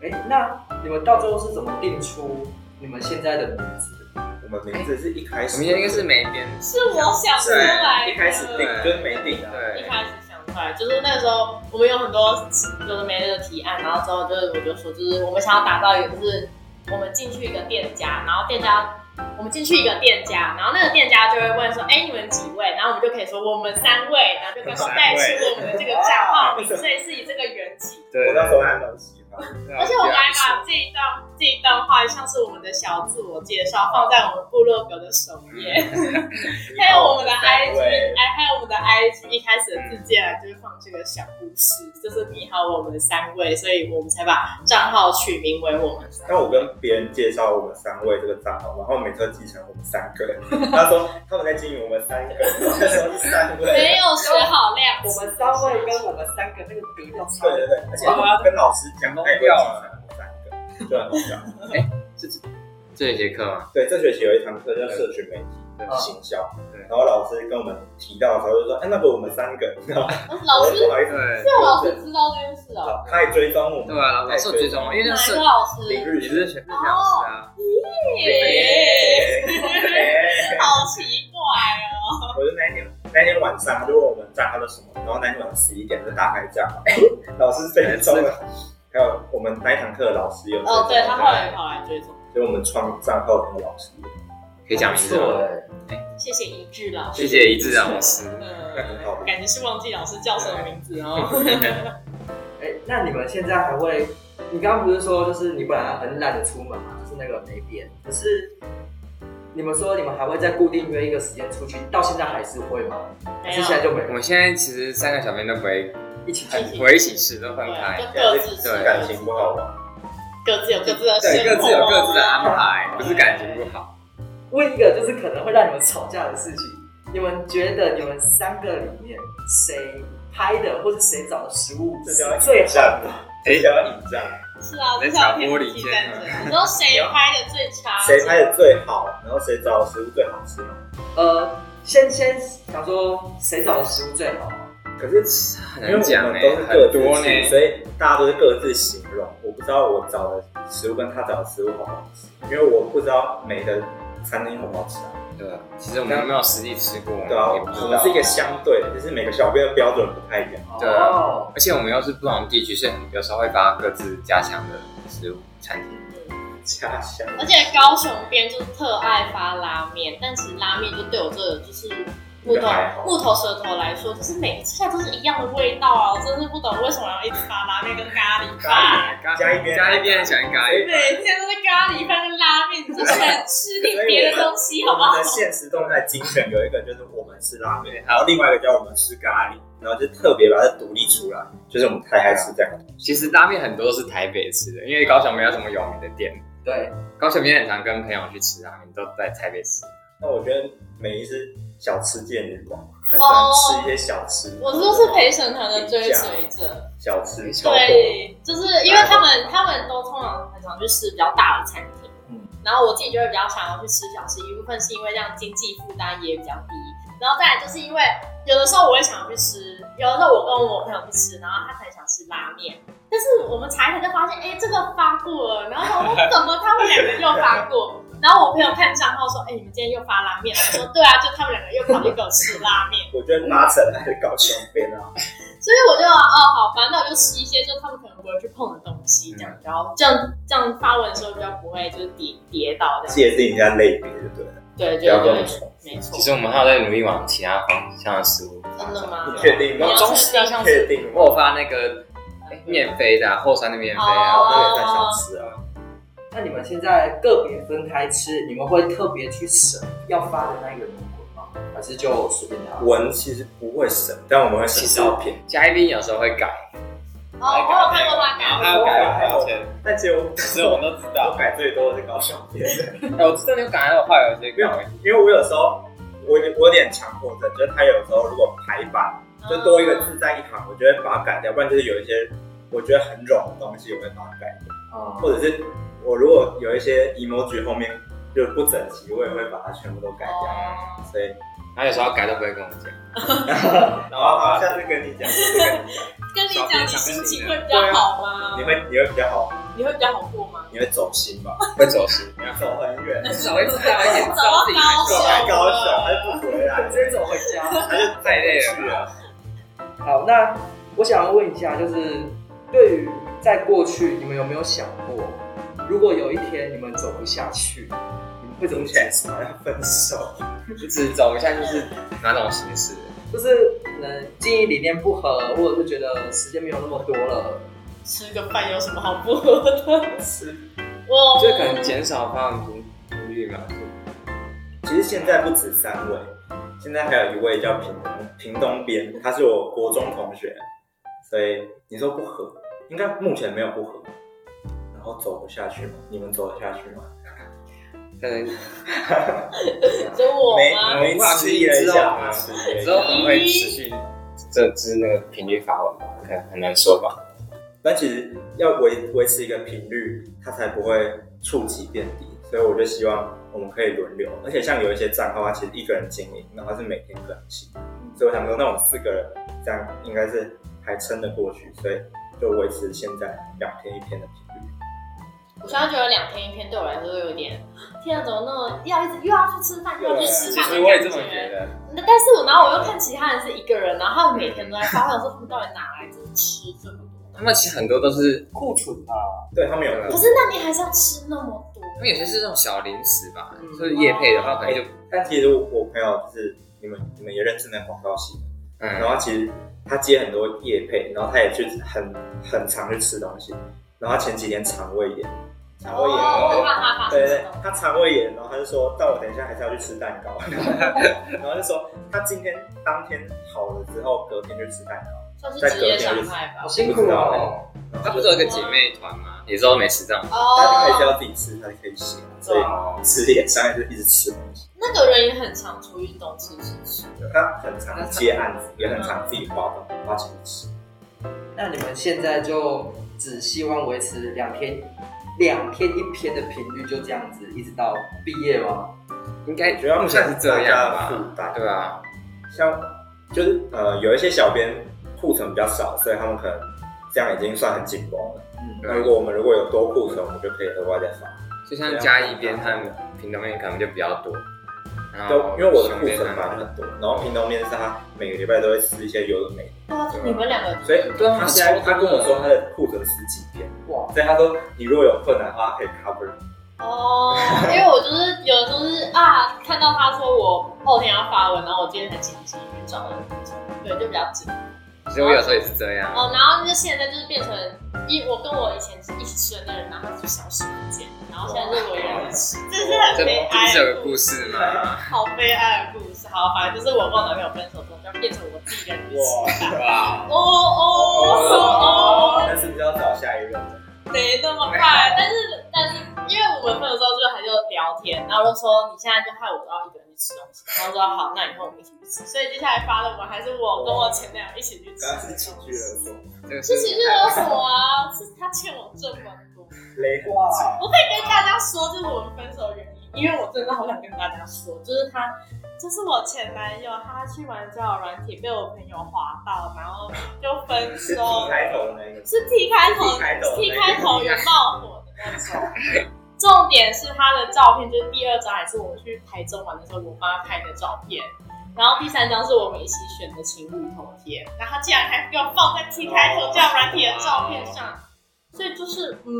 [SPEAKER 1] 哎，那你们到最后是怎么定出你们现在的名字的？
[SPEAKER 3] 我们名字是一开
[SPEAKER 4] 我
[SPEAKER 3] 始，
[SPEAKER 4] 们应该是每一边
[SPEAKER 2] 是我想出来的，
[SPEAKER 3] 一开始定
[SPEAKER 4] 对
[SPEAKER 3] 就是没定啊的，
[SPEAKER 2] 一
[SPEAKER 4] 对
[SPEAKER 2] 开始想出来，就是那时候我们有很多就是没的提案，然后之后就是我就说，就是我们想要打造一个，就是我们进去一个店家，然后店家我们进去一个店家，然后那个店家就会问说，哎、你们几位？然后我们就可以说我们三位，然后就开始带出我们的这个账号名，所以是以这个缘起。
[SPEAKER 4] 对
[SPEAKER 3] 我那时候还蛮喜欢。
[SPEAKER 2] 而且我们还把这一段这一段话，像是我们的小自我介绍，放在我们部落格的首页。还有我们的 IG，哎，还有我们的 IG 一开始的字界啊，就是放这个小故事，就是你好我们三位，所以我们才把账号取名为我们三位。
[SPEAKER 3] 那我跟别人介绍我们三位这个账号，然后每次都记成我们三个人。他说他们在经营我们三个人，他说是三位。
[SPEAKER 2] 没有学好量
[SPEAKER 1] 我们三位跟我们三个那个格调差
[SPEAKER 3] 对对对，而且跟老师讲，他也会记成我们三个，就很好笑。
[SPEAKER 4] 这一节课嘛，
[SPEAKER 3] 对，这学期有一堂课叫社群媒体
[SPEAKER 1] 嗯
[SPEAKER 3] 行销，
[SPEAKER 4] 对
[SPEAKER 3] 然后老师跟我们提到的时候就说：“哎，那个我们三个。”然后
[SPEAKER 2] 老
[SPEAKER 3] 我
[SPEAKER 2] 师
[SPEAKER 3] 就，不好意思，
[SPEAKER 4] 对
[SPEAKER 2] 这老师知道这件事哦、
[SPEAKER 3] 他也追踪我们
[SPEAKER 4] 对，啊，老师有追踪，因为
[SPEAKER 2] 哪
[SPEAKER 4] 那个
[SPEAKER 2] 一
[SPEAKER 4] 社
[SPEAKER 2] 个老师？
[SPEAKER 3] 林日
[SPEAKER 4] 你是选啊老师啊，
[SPEAKER 2] 耶好奇怪哦、
[SPEAKER 3] 我就那一天那一天晚上，他就问我们账号是什么，然后那天晚上十一点就大开 账号，老师被人中了。还有我们那一堂课的老师有
[SPEAKER 2] 哦，对他
[SPEAKER 3] 他
[SPEAKER 2] 后来跑来追踪，
[SPEAKER 3] 所以我们创账号的那个老师，
[SPEAKER 4] 可以讲名字吗？
[SPEAKER 1] 哎，
[SPEAKER 2] 谢谢莹致老师，
[SPEAKER 4] 谢谢一致啊老师。
[SPEAKER 3] 很好
[SPEAKER 2] 呃，感觉是忘记老师叫什么名字哦。
[SPEAKER 1] 哎，那你们现在还会？你刚刚不是说，就是你本来很懒得出门嘛，就是那个没变。可是你们说你们还会再固定约一个时间出去，到现在还是会吗？还
[SPEAKER 4] 嗯
[SPEAKER 2] 没
[SPEAKER 1] 是
[SPEAKER 2] 有，
[SPEAKER 1] 现在就没
[SPEAKER 4] 我
[SPEAKER 1] 有
[SPEAKER 4] 们现在其实三个小编都不会
[SPEAKER 1] 一起去？
[SPEAKER 2] 一起
[SPEAKER 4] 不会一起吃，都分开，
[SPEAKER 2] 对
[SPEAKER 4] 对
[SPEAKER 2] 就各自吃
[SPEAKER 4] 对
[SPEAKER 3] 感情不好玩，
[SPEAKER 2] 各自有各自的
[SPEAKER 4] 对，各
[SPEAKER 2] 生活，
[SPEAKER 4] 自有各自的安排，不是感情不好。
[SPEAKER 1] 问一个就是可能会让你们吵架的事情，你们觉得你们三个里面谁拍的或是谁找的食物
[SPEAKER 3] 这
[SPEAKER 1] 是
[SPEAKER 3] 叫
[SPEAKER 1] 最
[SPEAKER 3] 引
[SPEAKER 1] 好的？
[SPEAKER 3] 战，这叫引战，
[SPEAKER 2] 是啊，
[SPEAKER 4] 在
[SPEAKER 2] 这叫
[SPEAKER 4] 挑
[SPEAKER 2] 天
[SPEAKER 4] 拨
[SPEAKER 2] 平
[SPEAKER 4] 离
[SPEAKER 2] 气
[SPEAKER 4] 间啊
[SPEAKER 2] 战争。你说谁拍的最差？
[SPEAKER 3] 谁拍的最好，然后谁找的食物最好吃。
[SPEAKER 1] 呃，先先想说谁找的食物最好？
[SPEAKER 3] 可是
[SPEAKER 4] 很
[SPEAKER 3] 因为
[SPEAKER 4] 难
[SPEAKER 3] 我
[SPEAKER 4] 讲
[SPEAKER 3] 们
[SPEAKER 4] 呢
[SPEAKER 3] 都是，各
[SPEAKER 4] 欸很
[SPEAKER 3] 自
[SPEAKER 4] 多
[SPEAKER 3] 去，
[SPEAKER 4] 呢。
[SPEAKER 3] 所以大家都是各自形容。我不知道我找的食物跟他找的食物好不好吃，因为我不知道每个餐厅好不好吃啊。
[SPEAKER 4] 对，其实我们都没有实际吃过，
[SPEAKER 3] 对啊，
[SPEAKER 4] 也不
[SPEAKER 3] 我
[SPEAKER 4] 知
[SPEAKER 3] 们
[SPEAKER 4] 道
[SPEAKER 3] 是一。个相对的，就是每个小编的标准不太一样。
[SPEAKER 4] 对啊
[SPEAKER 1] 哦，
[SPEAKER 4] 而且我们又是不同地区，所以有时候会发各自家乡的食物餐厅。
[SPEAKER 3] 家乡
[SPEAKER 2] 而且高雄边就是特爱发拉面，但其实拉面就对我这个就是木
[SPEAKER 3] 应
[SPEAKER 2] 头
[SPEAKER 3] 该还好
[SPEAKER 2] 木头舌头来说，就是每一次下都是一样的味道啊！我真是不懂为什么要一直发拉面跟咖喱饭，
[SPEAKER 3] 加一边
[SPEAKER 4] 加一边很喜欢咖喱，
[SPEAKER 2] 每天都是咖喱饭跟拉面，你就是想吃点别的东 西好不
[SPEAKER 3] 我
[SPEAKER 2] 好
[SPEAKER 3] 们的？现实动态精选有一个就是我们吃拉面，还有另外一个叫我们吃咖喱，然后就特别把它独立出来，就是我们太爱吃这
[SPEAKER 2] 哦
[SPEAKER 3] 样。
[SPEAKER 4] 其实拉面很多都是台北吃的，因为高雄没有什么有名的店。
[SPEAKER 1] 对，
[SPEAKER 4] 高雄也很常跟朋友去吃拉面，都在台北吃。
[SPEAKER 3] 那我觉得每一次小吃界女王，她喜
[SPEAKER 2] 哦
[SPEAKER 3] 欢吃一些小吃，
[SPEAKER 2] 我就是陪审团的追随者，
[SPEAKER 3] 小吃超多。
[SPEAKER 2] 对，就是因为他们他们都通常很常去吃比较大的餐厅，
[SPEAKER 1] 嗯
[SPEAKER 2] 然后我自己就会比较想要去吃小吃，一部分是因为这样经济负担也比较低，然后再来就是因为有的时候我会想要去吃，有的时候我跟我朋友去吃，然后他可能想吃拉面，但是我们查一查就发现，哎、这个发过了，然后想说怎么他们两个又发过？ 然后我朋友看账号说，哎、你们今天又发拉面了，我说对啊，就他们两个又跑去给我吃拉面。
[SPEAKER 3] 我觉得拿成还是搞小便啊，
[SPEAKER 2] 所以我就哦好吧，那我就吃一些就他们可能不会去碰的东西，这样，
[SPEAKER 3] 嗯
[SPEAKER 2] 然后这样这样发文的时候比较不会就是跌跌倒这样。
[SPEAKER 3] 借人家类别就对了。
[SPEAKER 2] 对
[SPEAKER 3] 不
[SPEAKER 2] 对
[SPEAKER 3] 要这
[SPEAKER 2] 对
[SPEAKER 3] 么，说，
[SPEAKER 2] 没错
[SPEAKER 4] 其。实我们还有在努力往其他方向的食物。
[SPEAKER 2] 真的？吗？
[SPEAKER 3] 你确定
[SPEAKER 2] 你要
[SPEAKER 3] 吗？
[SPEAKER 2] 确定
[SPEAKER 4] 像
[SPEAKER 3] 确定
[SPEAKER 4] 我有
[SPEAKER 3] 吗？
[SPEAKER 4] 发那个哎面飞的啊后山的面飞
[SPEAKER 2] 哦
[SPEAKER 4] 啊，
[SPEAKER 3] 那也算小吃啊。
[SPEAKER 1] 那你们现在个别分开吃，你们会特别去省要发的那个灵魂吗？还是就随便拿？
[SPEAKER 3] 文其实不会省，但我们会省照片。
[SPEAKER 4] 加一边有时候会改，
[SPEAKER 2] 哦，我有看过他改，
[SPEAKER 4] 还有改完标签，
[SPEAKER 3] 但其实我
[SPEAKER 4] 其实我们都知
[SPEAKER 3] 我
[SPEAKER 4] 道。
[SPEAKER 3] 改最多的是搞小便，
[SPEAKER 4] 哎，我真的有改，还有画有些改。
[SPEAKER 3] 因为我有时候我有我有点强迫症，就是他有时候如果排版哦就多一个字在一行，我就会把它改掉，不然就是有一些我觉得很冗的东西，我会把它改掉，
[SPEAKER 1] 哦
[SPEAKER 3] 或者是我如果有一些 emoji 后面就不整齐，我也会把它全部都改掉。
[SPEAKER 2] 哦。
[SPEAKER 3] 所以，
[SPEAKER 4] 然后有时候改都不会跟我讲。
[SPEAKER 3] 然后好，下次跟你讲，下次跟你
[SPEAKER 2] 跟
[SPEAKER 3] 讲，
[SPEAKER 2] 你讲，你心情会比较好吗
[SPEAKER 3] 你？会你会比较好，
[SPEAKER 2] 你会比较好过吗？
[SPEAKER 3] 你会走心 吧？
[SPEAKER 4] 会走心，
[SPEAKER 3] 你要走很远，
[SPEAKER 4] 至少会知道一点，
[SPEAKER 2] 知道自己在做
[SPEAKER 3] 走来高雄，他就不回来
[SPEAKER 1] 直，接走回家。
[SPEAKER 3] 他就
[SPEAKER 4] 太累
[SPEAKER 3] 去
[SPEAKER 4] 了。
[SPEAKER 3] 了。
[SPEAKER 1] 好，那我想要问一下，就是对于在过去，你们有没有想过，如果有一天你们走不下去，你们会怎么
[SPEAKER 3] 目
[SPEAKER 1] 想
[SPEAKER 3] 前？想要分手，
[SPEAKER 4] 只走一下就是哪种形式？
[SPEAKER 1] 就是可能经营理念不合，或者是觉得时间没有那么多了，
[SPEAKER 2] 吃个饭有什么好不合 的？
[SPEAKER 3] 是
[SPEAKER 2] 我
[SPEAKER 4] 就可能减少发放频率嘛。
[SPEAKER 3] 其实现在不止三位，现在还有一位叫屏东屏东边，他是我国中同学，所以你说不合，应该目前没有不合。然后走不下去吗？你们走得下去吗？
[SPEAKER 4] 可能
[SPEAKER 2] 就我吗？
[SPEAKER 3] 没没迟疑了一下，迟疑了一
[SPEAKER 4] 之后
[SPEAKER 3] 下。
[SPEAKER 4] 可能会持续这支那个频率发文吧，可能很难说吧。
[SPEAKER 3] 但其实要维维持一个频率，它才不会触及变低。所以我就希望我们可以轮流，而且像有一些账号，它其实一个人经营，然后是每天更新，所以我想说，那我们四个人这样应该是还撑得过去，所以就维持现在两天一篇的频率。
[SPEAKER 2] 我现在觉得两天一篇对我来说有点，天啊，怎么那么要一直又要去吃饭，又要去吃
[SPEAKER 4] 啊
[SPEAKER 2] 饭的感觉？
[SPEAKER 4] 其实我也这么觉得，
[SPEAKER 2] 那但是我然后我又看其他人是一个人，然后他们每天都在发，我想说他们到底哪来就是吃这么多
[SPEAKER 4] 他们其实很多都是，
[SPEAKER 1] 库存啊嘛，
[SPEAKER 3] 对他们有
[SPEAKER 2] 可是那你还是要吃那么多，
[SPEAKER 4] 他们有些是那种小零食吧，
[SPEAKER 1] 嗯
[SPEAKER 4] 就是夜配的话，可能就
[SPEAKER 3] 但其实我朋友就是你们你们也认识那个广告系的，然
[SPEAKER 4] 嗯，
[SPEAKER 3] 后其实他接很多夜配，然后他也去很很常去吃东西，然后他前几天肠胃炎，肠胃炎，
[SPEAKER 2] 哦，我
[SPEAKER 3] 然后
[SPEAKER 2] 怕他发生
[SPEAKER 3] 对
[SPEAKER 2] 什
[SPEAKER 3] 对
[SPEAKER 2] 么，
[SPEAKER 3] 他肠胃炎，然后他就说，但我等一下还是要去吃蛋糕， 然后就说他今天当天好了之后，隔天就吃蛋糕，
[SPEAKER 2] 算是职业伤害吧
[SPEAKER 1] 好。辛苦
[SPEAKER 3] 不知道
[SPEAKER 1] 哦。
[SPEAKER 3] 欸
[SPEAKER 4] 哦，
[SPEAKER 3] 然
[SPEAKER 4] 他
[SPEAKER 3] 后
[SPEAKER 4] 不
[SPEAKER 3] 就是
[SPEAKER 4] 有一个姐妹团吗？也是都没吃这样，
[SPEAKER 3] 他还是
[SPEAKER 2] 哦，
[SPEAKER 3] 要自己吃，他就可以写，所以吃也当然是一直吃东西，
[SPEAKER 2] 那个人也很常出去东吃西吃，
[SPEAKER 3] 他很常接案子，也很常自己花东花钱吃。
[SPEAKER 1] 那你们现在就只希望维持两天，两天一篇的频率，就这样子，一直到毕业吗？
[SPEAKER 4] 应该
[SPEAKER 3] 主要
[SPEAKER 4] 目前是这样
[SPEAKER 3] 大家负
[SPEAKER 4] 吧
[SPEAKER 3] 担？
[SPEAKER 4] 对啊，
[SPEAKER 3] 像就是呃，有一些小编库存比较少，所以他们可能这样已经算很紧绷了。
[SPEAKER 1] 嗯，
[SPEAKER 3] 那如果我们如果有多库存，我们就可以额外再发。
[SPEAKER 4] 就像
[SPEAKER 3] 啊
[SPEAKER 4] 嘉义边和屏东边可能就比较多，然
[SPEAKER 3] 都
[SPEAKER 4] 后
[SPEAKER 3] 因为啊我的
[SPEAKER 4] 熊
[SPEAKER 3] 库
[SPEAKER 4] 边
[SPEAKER 3] 存
[SPEAKER 4] 和
[SPEAKER 3] 本来就很多，然后平东面是他每个礼拜都会撕一些有的没的，
[SPEAKER 2] 对啊，你们两个
[SPEAKER 3] 所以
[SPEAKER 4] 对啊
[SPEAKER 3] 他现在
[SPEAKER 4] 超
[SPEAKER 3] 他
[SPEAKER 4] 多的
[SPEAKER 3] 跟我说他的库存十几天，
[SPEAKER 1] 哇，
[SPEAKER 3] 所以他说你如果有困难的话他可以 cover。
[SPEAKER 2] 哦，因为我就是有的时候是啊，看到他说我后天要发文，然后我今天才紧急去找了，对，就比较紧。
[SPEAKER 4] 其实我有时候也是这样，
[SPEAKER 2] 哦，然后就现在就是变成一，我跟我以前是一起吃的那个人，然后他就消失不见了，然后现在是我一个人吃，这是很
[SPEAKER 4] 这
[SPEAKER 2] 悲
[SPEAKER 4] 不
[SPEAKER 2] 哀
[SPEAKER 4] 是有
[SPEAKER 2] 的
[SPEAKER 4] 个
[SPEAKER 2] 故
[SPEAKER 4] 故
[SPEAKER 2] 事，
[SPEAKER 4] 事 吗？
[SPEAKER 2] 好悲哀的故事。好，反正就是我跟我男朋友分手之后，就变成我自己一个人去吃。
[SPEAKER 4] 哇，
[SPEAKER 2] 哦哦哦，
[SPEAKER 3] 但是比较找下一任，
[SPEAKER 2] 没那么快，但是但是因为我们分手之后就还就聊天，然后就说你现在就害我都要一个人去吃东西，然后说好，那以后我们一起去吃。所以接下来发的我还是我跟我前男友一起去吃
[SPEAKER 3] 刚刚是情
[SPEAKER 2] 东
[SPEAKER 3] 绪
[SPEAKER 2] 西。
[SPEAKER 3] 勒索，
[SPEAKER 4] 这个
[SPEAKER 2] 是情绪勒索啊，是他欠我这么多。
[SPEAKER 3] 勒很
[SPEAKER 1] 哇
[SPEAKER 3] 紧。
[SPEAKER 2] 我可以跟大家说，就是我们分手的原因，因为我真的好想跟大家说，就是他，就是我前男友，他去玩交友软体被我朋友划到，然后就分
[SPEAKER 3] 是 T
[SPEAKER 2] 手。
[SPEAKER 3] 开头的那个，
[SPEAKER 2] 是 T 开头
[SPEAKER 3] T 开头
[SPEAKER 2] ，T 开头有冒火的那种。重点是他的照片，就是第二张还是我去台中玩的时候我妈拍的照片，然后第三张是我们一起选的情侣头贴，然后他竟然还给我放在 T 开头这样软体的照片上，所以就是嗯，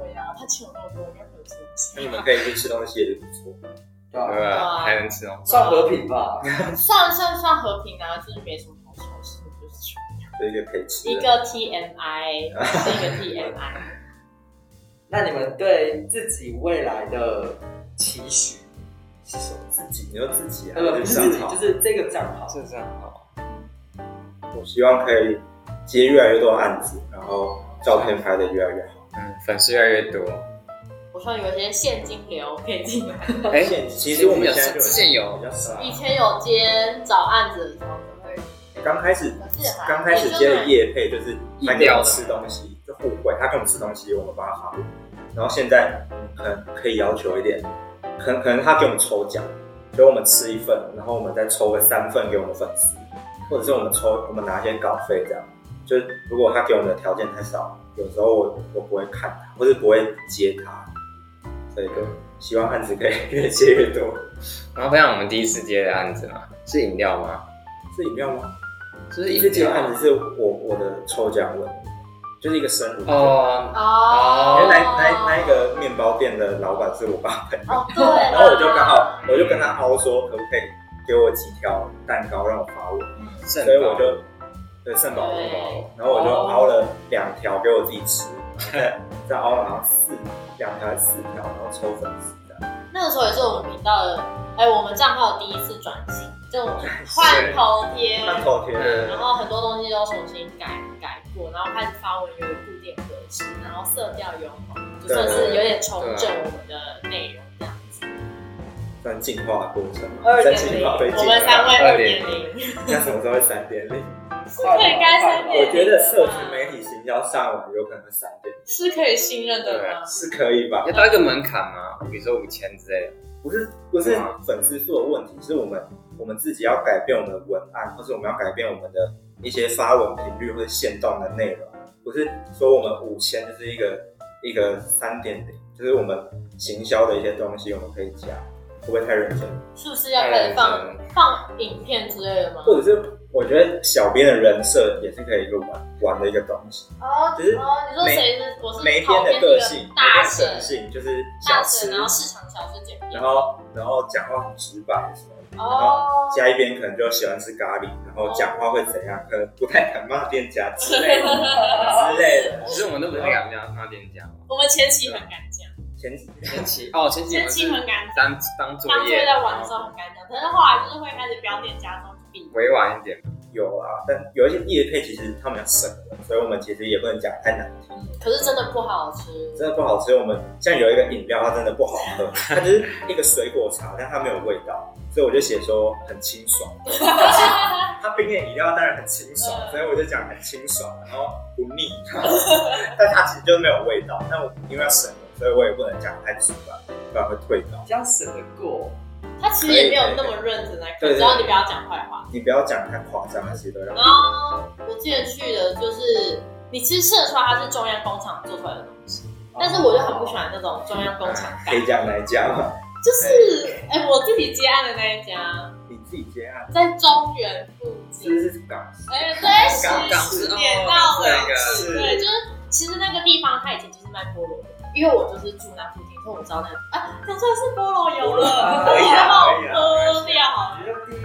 [SPEAKER 2] 对呀、他请我那么多，我应该没有这种
[SPEAKER 3] 那你们可以去吃东西也是不错。
[SPEAKER 1] 对吧？
[SPEAKER 4] 对啊，还能吃哦。
[SPEAKER 1] 算和平吧，
[SPEAKER 2] 算算算和平啊，就是没什么好消息，就是穷
[SPEAKER 3] 就一个可以吃
[SPEAKER 2] 一
[SPEAKER 3] 的。
[SPEAKER 2] 个 TMI，是一个 TMI。
[SPEAKER 1] 那你们对自己未来的期许是什么？
[SPEAKER 3] 自己，你说自己啊，
[SPEAKER 1] 呃，不是
[SPEAKER 3] 上
[SPEAKER 1] 自己，
[SPEAKER 3] 好
[SPEAKER 1] 就是这个账号。
[SPEAKER 4] 这样哦好，
[SPEAKER 3] 我希望可以接越来越多案子，然后照片拍的越来越好。
[SPEAKER 4] 嗯，粉丝越来越多。
[SPEAKER 2] 我说有一些现金流可以进来。
[SPEAKER 4] 哎
[SPEAKER 3] 现其实我们现在就
[SPEAKER 4] 之前有
[SPEAKER 3] 比，较少，
[SPEAKER 2] 以前有接找案子的时候，都会
[SPEAKER 3] 刚开始
[SPEAKER 2] 可是还
[SPEAKER 3] 刚开始接的业配就是他给我们吃东西就互惠，他给我们吃东西，我们帮他发货。然后现在可能可以要求一点，可能可能他给我们抽奖，所以我们吃一份，然后我们再抽个三份给我们粉丝，或者是我们抽我们拿一些稿费这样。就是如果他给我们的条件太少，有时候我我不会看他，或是不会接他，所以就希望案子可以 越接越多。
[SPEAKER 4] 然后分享我们第一次接的案子嘛，是饮料吗？
[SPEAKER 3] 是饮料吗？
[SPEAKER 4] 就是
[SPEAKER 3] 第一次
[SPEAKER 4] 饮
[SPEAKER 3] 接
[SPEAKER 4] 料
[SPEAKER 3] 案子是我我的抽奖文，就是一个生日
[SPEAKER 4] 哦，
[SPEAKER 2] 哦
[SPEAKER 3] 因哎为那那那一个面包店的老板是我爸朋友，
[SPEAKER 2] 哦对，然
[SPEAKER 3] 然后我就刚好我就跟他凹说，可不可以给我几条蛋糕让我发我，
[SPEAKER 2] 嗯
[SPEAKER 4] 所
[SPEAKER 3] 所以我就对圣宝
[SPEAKER 2] 对哦
[SPEAKER 3] 圣宝，然后我就凹了两条给我自己吃，然后再再凹了好像四两条还是四条，然后抽粉丝这样。
[SPEAKER 2] 那个时候也是我们频道的，哎，我们账号第一次转型，就 换头贴，
[SPEAKER 3] 看头贴，
[SPEAKER 2] 然后很多东西都重新改改过，然后开始发文有固定格式，然后色调有就算是有点重
[SPEAKER 3] 啊
[SPEAKER 2] 整我们的内容这样子。
[SPEAKER 3] 算进化的过程嘛，
[SPEAKER 2] 二
[SPEAKER 3] 真
[SPEAKER 2] 点
[SPEAKER 3] 进
[SPEAKER 2] 零，
[SPEAKER 3] 化会
[SPEAKER 2] 我
[SPEAKER 3] 进
[SPEAKER 2] 们三
[SPEAKER 3] 化，
[SPEAKER 2] 位二点零，
[SPEAKER 3] 那什么时候会三点零？
[SPEAKER 2] 是可以该三点零，
[SPEAKER 3] 我觉得社群媒体行销上网有可能会三点零，
[SPEAKER 2] 是可以信任的吗？
[SPEAKER 3] 是可以吧？
[SPEAKER 4] 要到一个门槛吗？比如说五千之类的。
[SPEAKER 3] 不是不是粉丝数的问题，是我们我们自己要改变我们的文案，或是我们要改变我们的一些发文频率或者限动的内容。不是说我们五千就是一个一个三点零，就是我们行销的一些东西我们可以加，会不会太认真？
[SPEAKER 2] 是不是要开始放放影片之类的吗？
[SPEAKER 3] 哎或者是我觉得小编的人设也是可以一个玩玩的一个东西。
[SPEAKER 2] 哦，
[SPEAKER 3] 只是
[SPEAKER 2] 哦，你说谁是？我是
[SPEAKER 3] 每一
[SPEAKER 2] 跑
[SPEAKER 3] 天
[SPEAKER 2] 偏
[SPEAKER 3] 的
[SPEAKER 2] 那
[SPEAKER 3] 个性，每
[SPEAKER 2] 大
[SPEAKER 3] 天
[SPEAKER 2] 神，
[SPEAKER 3] 神性就是小
[SPEAKER 2] 大神，
[SPEAKER 3] 吃，
[SPEAKER 2] 然后市场小吃简便
[SPEAKER 3] 然。后然后讲话很直白什么的。
[SPEAKER 2] 哦，
[SPEAKER 3] 家一边可能就喜欢吃咖喱，然后讲话会怎样，可能不太敢骂店家 之类的之类的。
[SPEAKER 4] 其实我们都不太敢这样骂店家嘛。
[SPEAKER 2] 我们前期很敢讲，
[SPEAKER 3] 前几
[SPEAKER 4] 前期哦，前期
[SPEAKER 2] 前
[SPEAKER 4] 我们
[SPEAKER 2] 期很
[SPEAKER 4] 是
[SPEAKER 2] 敢讲，
[SPEAKER 4] 当当作
[SPEAKER 2] 当初
[SPEAKER 4] 业哦
[SPEAKER 2] 在玩的时候很敢讲，可是后来就是会开始标店家中比。
[SPEAKER 4] 委婉一点，
[SPEAKER 3] 有啊，但有一些业配其实他们要省了，所以我们其实也不能讲太难听，
[SPEAKER 2] 可是真的不好吃，
[SPEAKER 3] 真的不好吃。我们像有一个饮料，它真的不好喝，它就是一个水果茶，但它没有味道，所以我就写说很清爽。它冰的饮料当然很清爽，
[SPEAKER 2] 嗯
[SPEAKER 3] 所以我就讲很清爽，然后不腻，但它其实就是没有味道。但我因为要省了，所以我也不能讲太直白，不然会退稿。
[SPEAKER 1] 这样省得过。
[SPEAKER 2] 他其实也没有那么认真在看，
[SPEAKER 3] 对对对
[SPEAKER 2] 只要你不要讲坏话。
[SPEAKER 3] 你不要讲太夸张，它其实都让
[SPEAKER 2] 然后我之前去的就是，你其实吃得出来它是中央工厂做出来的东西，但是我就很不喜欢那种中央工厂感，
[SPEAKER 3] 黑酱来加嘛。
[SPEAKER 2] 就是哎、我自己接案的那一家
[SPEAKER 3] 你自己接案，
[SPEAKER 2] 在中原附
[SPEAKER 3] 是
[SPEAKER 2] 近，
[SPEAKER 3] 不是港式？
[SPEAKER 2] 哎、对，
[SPEAKER 4] 港
[SPEAKER 2] 十
[SPEAKER 4] 式哦
[SPEAKER 2] 点到为
[SPEAKER 3] 是
[SPEAKER 2] 止，对，就是其实那个地方它以前就是卖菠萝的，因为我就是住那附近，所以我知道那啊，讲出来是菠萝油了，
[SPEAKER 1] 可以
[SPEAKER 2] 然
[SPEAKER 1] 啊
[SPEAKER 2] 后
[SPEAKER 3] 可以啊
[SPEAKER 2] 喝掉好了。
[SPEAKER 1] 觉得第一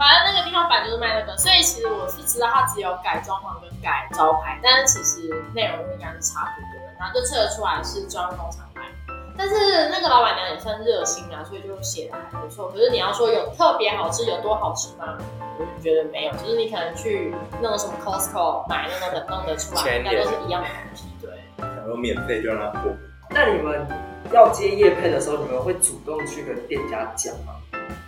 [SPEAKER 2] 反正那个地方本来就是卖那个，所以其实我是知道它只有改装潢跟改招牌，但是其实内容应该是差不多的，然后就测得出来是中央工厂卖的。但是那个老板娘也算热心啊，所以就写的还不错。可是你要说有特别好吃，有多好吃吗？我就觉得没有，就是你可能去那种什么 Costco 买那种的弄得出来，
[SPEAKER 4] 全
[SPEAKER 2] 应
[SPEAKER 4] 联
[SPEAKER 2] 该都是一样的东西。对，
[SPEAKER 3] 想说免费就让他过，
[SPEAKER 1] 那你们要接业配的时候，你们会主动去跟店家讲吗？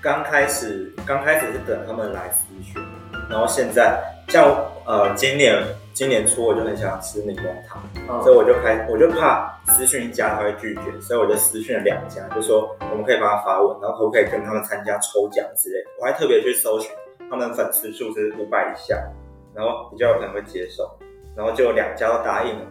[SPEAKER 3] 刚开始刚开始是等他们来咨询，然后现在像呃今年今年初我就很想吃柠檬糖，
[SPEAKER 1] 哦嗯
[SPEAKER 3] 所以我就开我就怕私讯一家他会拒绝，所以我就私讯了两家，就说我们可以帮他发文，然后可不可以跟他们参加抽奖之类的。我还特别去搜寻他们粉丝数是五百以下，然后比较有可能会接受，然后就有两家都答应了，